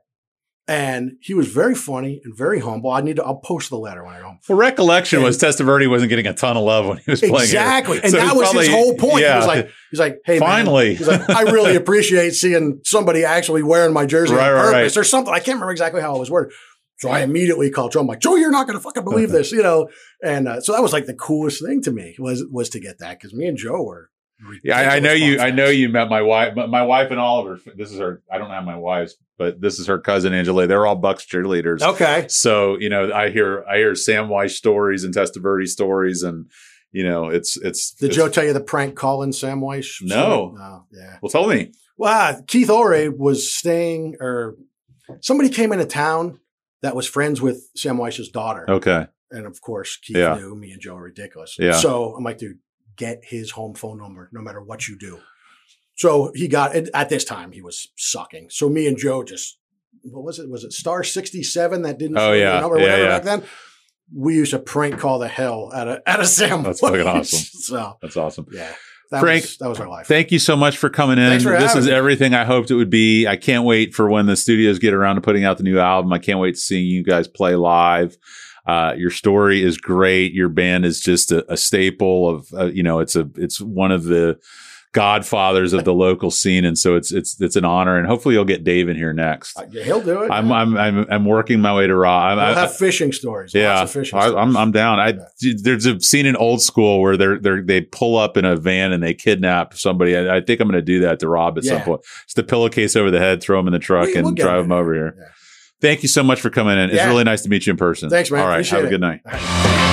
[SPEAKER 3] And he was very funny and very humble. I need to. I'll post the letter when I go home.
[SPEAKER 1] well, recollection
[SPEAKER 3] and-
[SPEAKER 1] was Testaverde wasn't getting a ton of love when he was playing. here.
[SPEAKER 3] Exactly, and
[SPEAKER 1] So
[SPEAKER 3] that
[SPEAKER 1] he's
[SPEAKER 3] was
[SPEAKER 1] probably-
[SPEAKER 3] his whole point. He
[SPEAKER 1] yeah.
[SPEAKER 3] was like, he's like, hey, man,
[SPEAKER 1] Finally.
[SPEAKER 3] He's like, I really appreciate seeing somebody actually wearing my jersey
[SPEAKER 1] Right,
[SPEAKER 3] on
[SPEAKER 1] right,
[SPEAKER 3] purpose or something. I can't remember exactly how it was worded. So I immediately called Joe. I'm like, Joe, you're not going to
[SPEAKER 1] (laughs)
[SPEAKER 3] fucking believe this, you know. And uh, so that was like the coolest thing to me was was to get that because me and Joe were.
[SPEAKER 1] Yeah, I, I know
[SPEAKER 3] ridiculous
[SPEAKER 1] you. I
[SPEAKER 3] fans.
[SPEAKER 1] know you met my wife. My, my wife and Oliver. This is her. I don't have my wife's, but this is her cousin Angela. They're all Bucks cheerleaders.
[SPEAKER 3] Okay,
[SPEAKER 1] So you know, I hear I hear Sam Weiss stories and Testaverde stories, and you know, it's it's
[SPEAKER 3] did
[SPEAKER 1] it's-
[SPEAKER 3] Joe tell you the prank call in Samwise?
[SPEAKER 1] No.
[SPEAKER 3] no, yeah.
[SPEAKER 1] Well, tell me.
[SPEAKER 3] Well, uh, Keith Olray was staying, or somebody came into town that was friends with Samwise's daughter.
[SPEAKER 1] Okay.
[SPEAKER 3] And of course, Keith
[SPEAKER 1] Yeah.
[SPEAKER 3] knew me and Joe are ridiculous.
[SPEAKER 1] Yeah.
[SPEAKER 3] So I'm like, dude, get his home phone number no matter what you do. So he got it at this time, he was sucking. So me and Joe just, what was it? Was it Star 67 that didn't
[SPEAKER 1] Oh,
[SPEAKER 3] show the
[SPEAKER 1] yeah.
[SPEAKER 3] number,
[SPEAKER 1] Yeah,
[SPEAKER 3] whatever
[SPEAKER 1] yeah.
[SPEAKER 3] back then? We used to prank call the hell out of, out of Sam.
[SPEAKER 1] That's fucking
[SPEAKER 3] (laughs) Weiss.
[SPEAKER 1] awesome.
[SPEAKER 3] So
[SPEAKER 1] That's awesome.
[SPEAKER 3] yeah, that,
[SPEAKER 1] Frank,
[SPEAKER 3] was, that was our life.
[SPEAKER 1] Thank you so much for coming in.
[SPEAKER 3] Thanks for
[SPEAKER 1] this
[SPEAKER 3] having
[SPEAKER 1] is
[SPEAKER 3] me.
[SPEAKER 1] everything I hoped it would be. I can't wait for when the studios get around to putting out the new album. I can't wait to seeing you guys play live. Uh, your story is great. Your band is just a, a staple of uh, you know it's a it's one of the godfathers of the local scene, and so it's it's it's an honor. And hopefully you'll get Dave in here next.
[SPEAKER 3] Uh, yeah, he'll do it.
[SPEAKER 1] I'm I'm I'm, I'm working my way to Raw. I'm,
[SPEAKER 3] we'll
[SPEAKER 1] I-
[SPEAKER 3] have fishing stories.
[SPEAKER 1] yeah,
[SPEAKER 3] Lots of fishing
[SPEAKER 1] I, I'm
[SPEAKER 3] stories.
[SPEAKER 1] I'm down. I there's a scene in old school where they're they they pull up in a van and they kidnap somebody. I, I think I'm going to do that to Rob at some
[SPEAKER 3] Yeah.
[SPEAKER 1] point. Just the pillowcase over the head, throw him in the truck,
[SPEAKER 3] We-
[SPEAKER 1] and
[SPEAKER 3] we'll get
[SPEAKER 1] drive
[SPEAKER 3] him.
[SPEAKER 1] him over here.
[SPEAKER 3] Yeah.
[SPEAKER 1] Thank you so much for coming in. It's
[SPEAKER 3] Yeah.
[SPEAKER 1] really nice to meet you in person.
[SPEAKER 3] Thanks, man.
[SPEAKER 1] All right,
[SPEAKER 3] Appreciate
[SPEAKER 1] have a
[SPEAKER 3] it.
[SPEAKER 1] good night.
[SPEAKER 3] All right.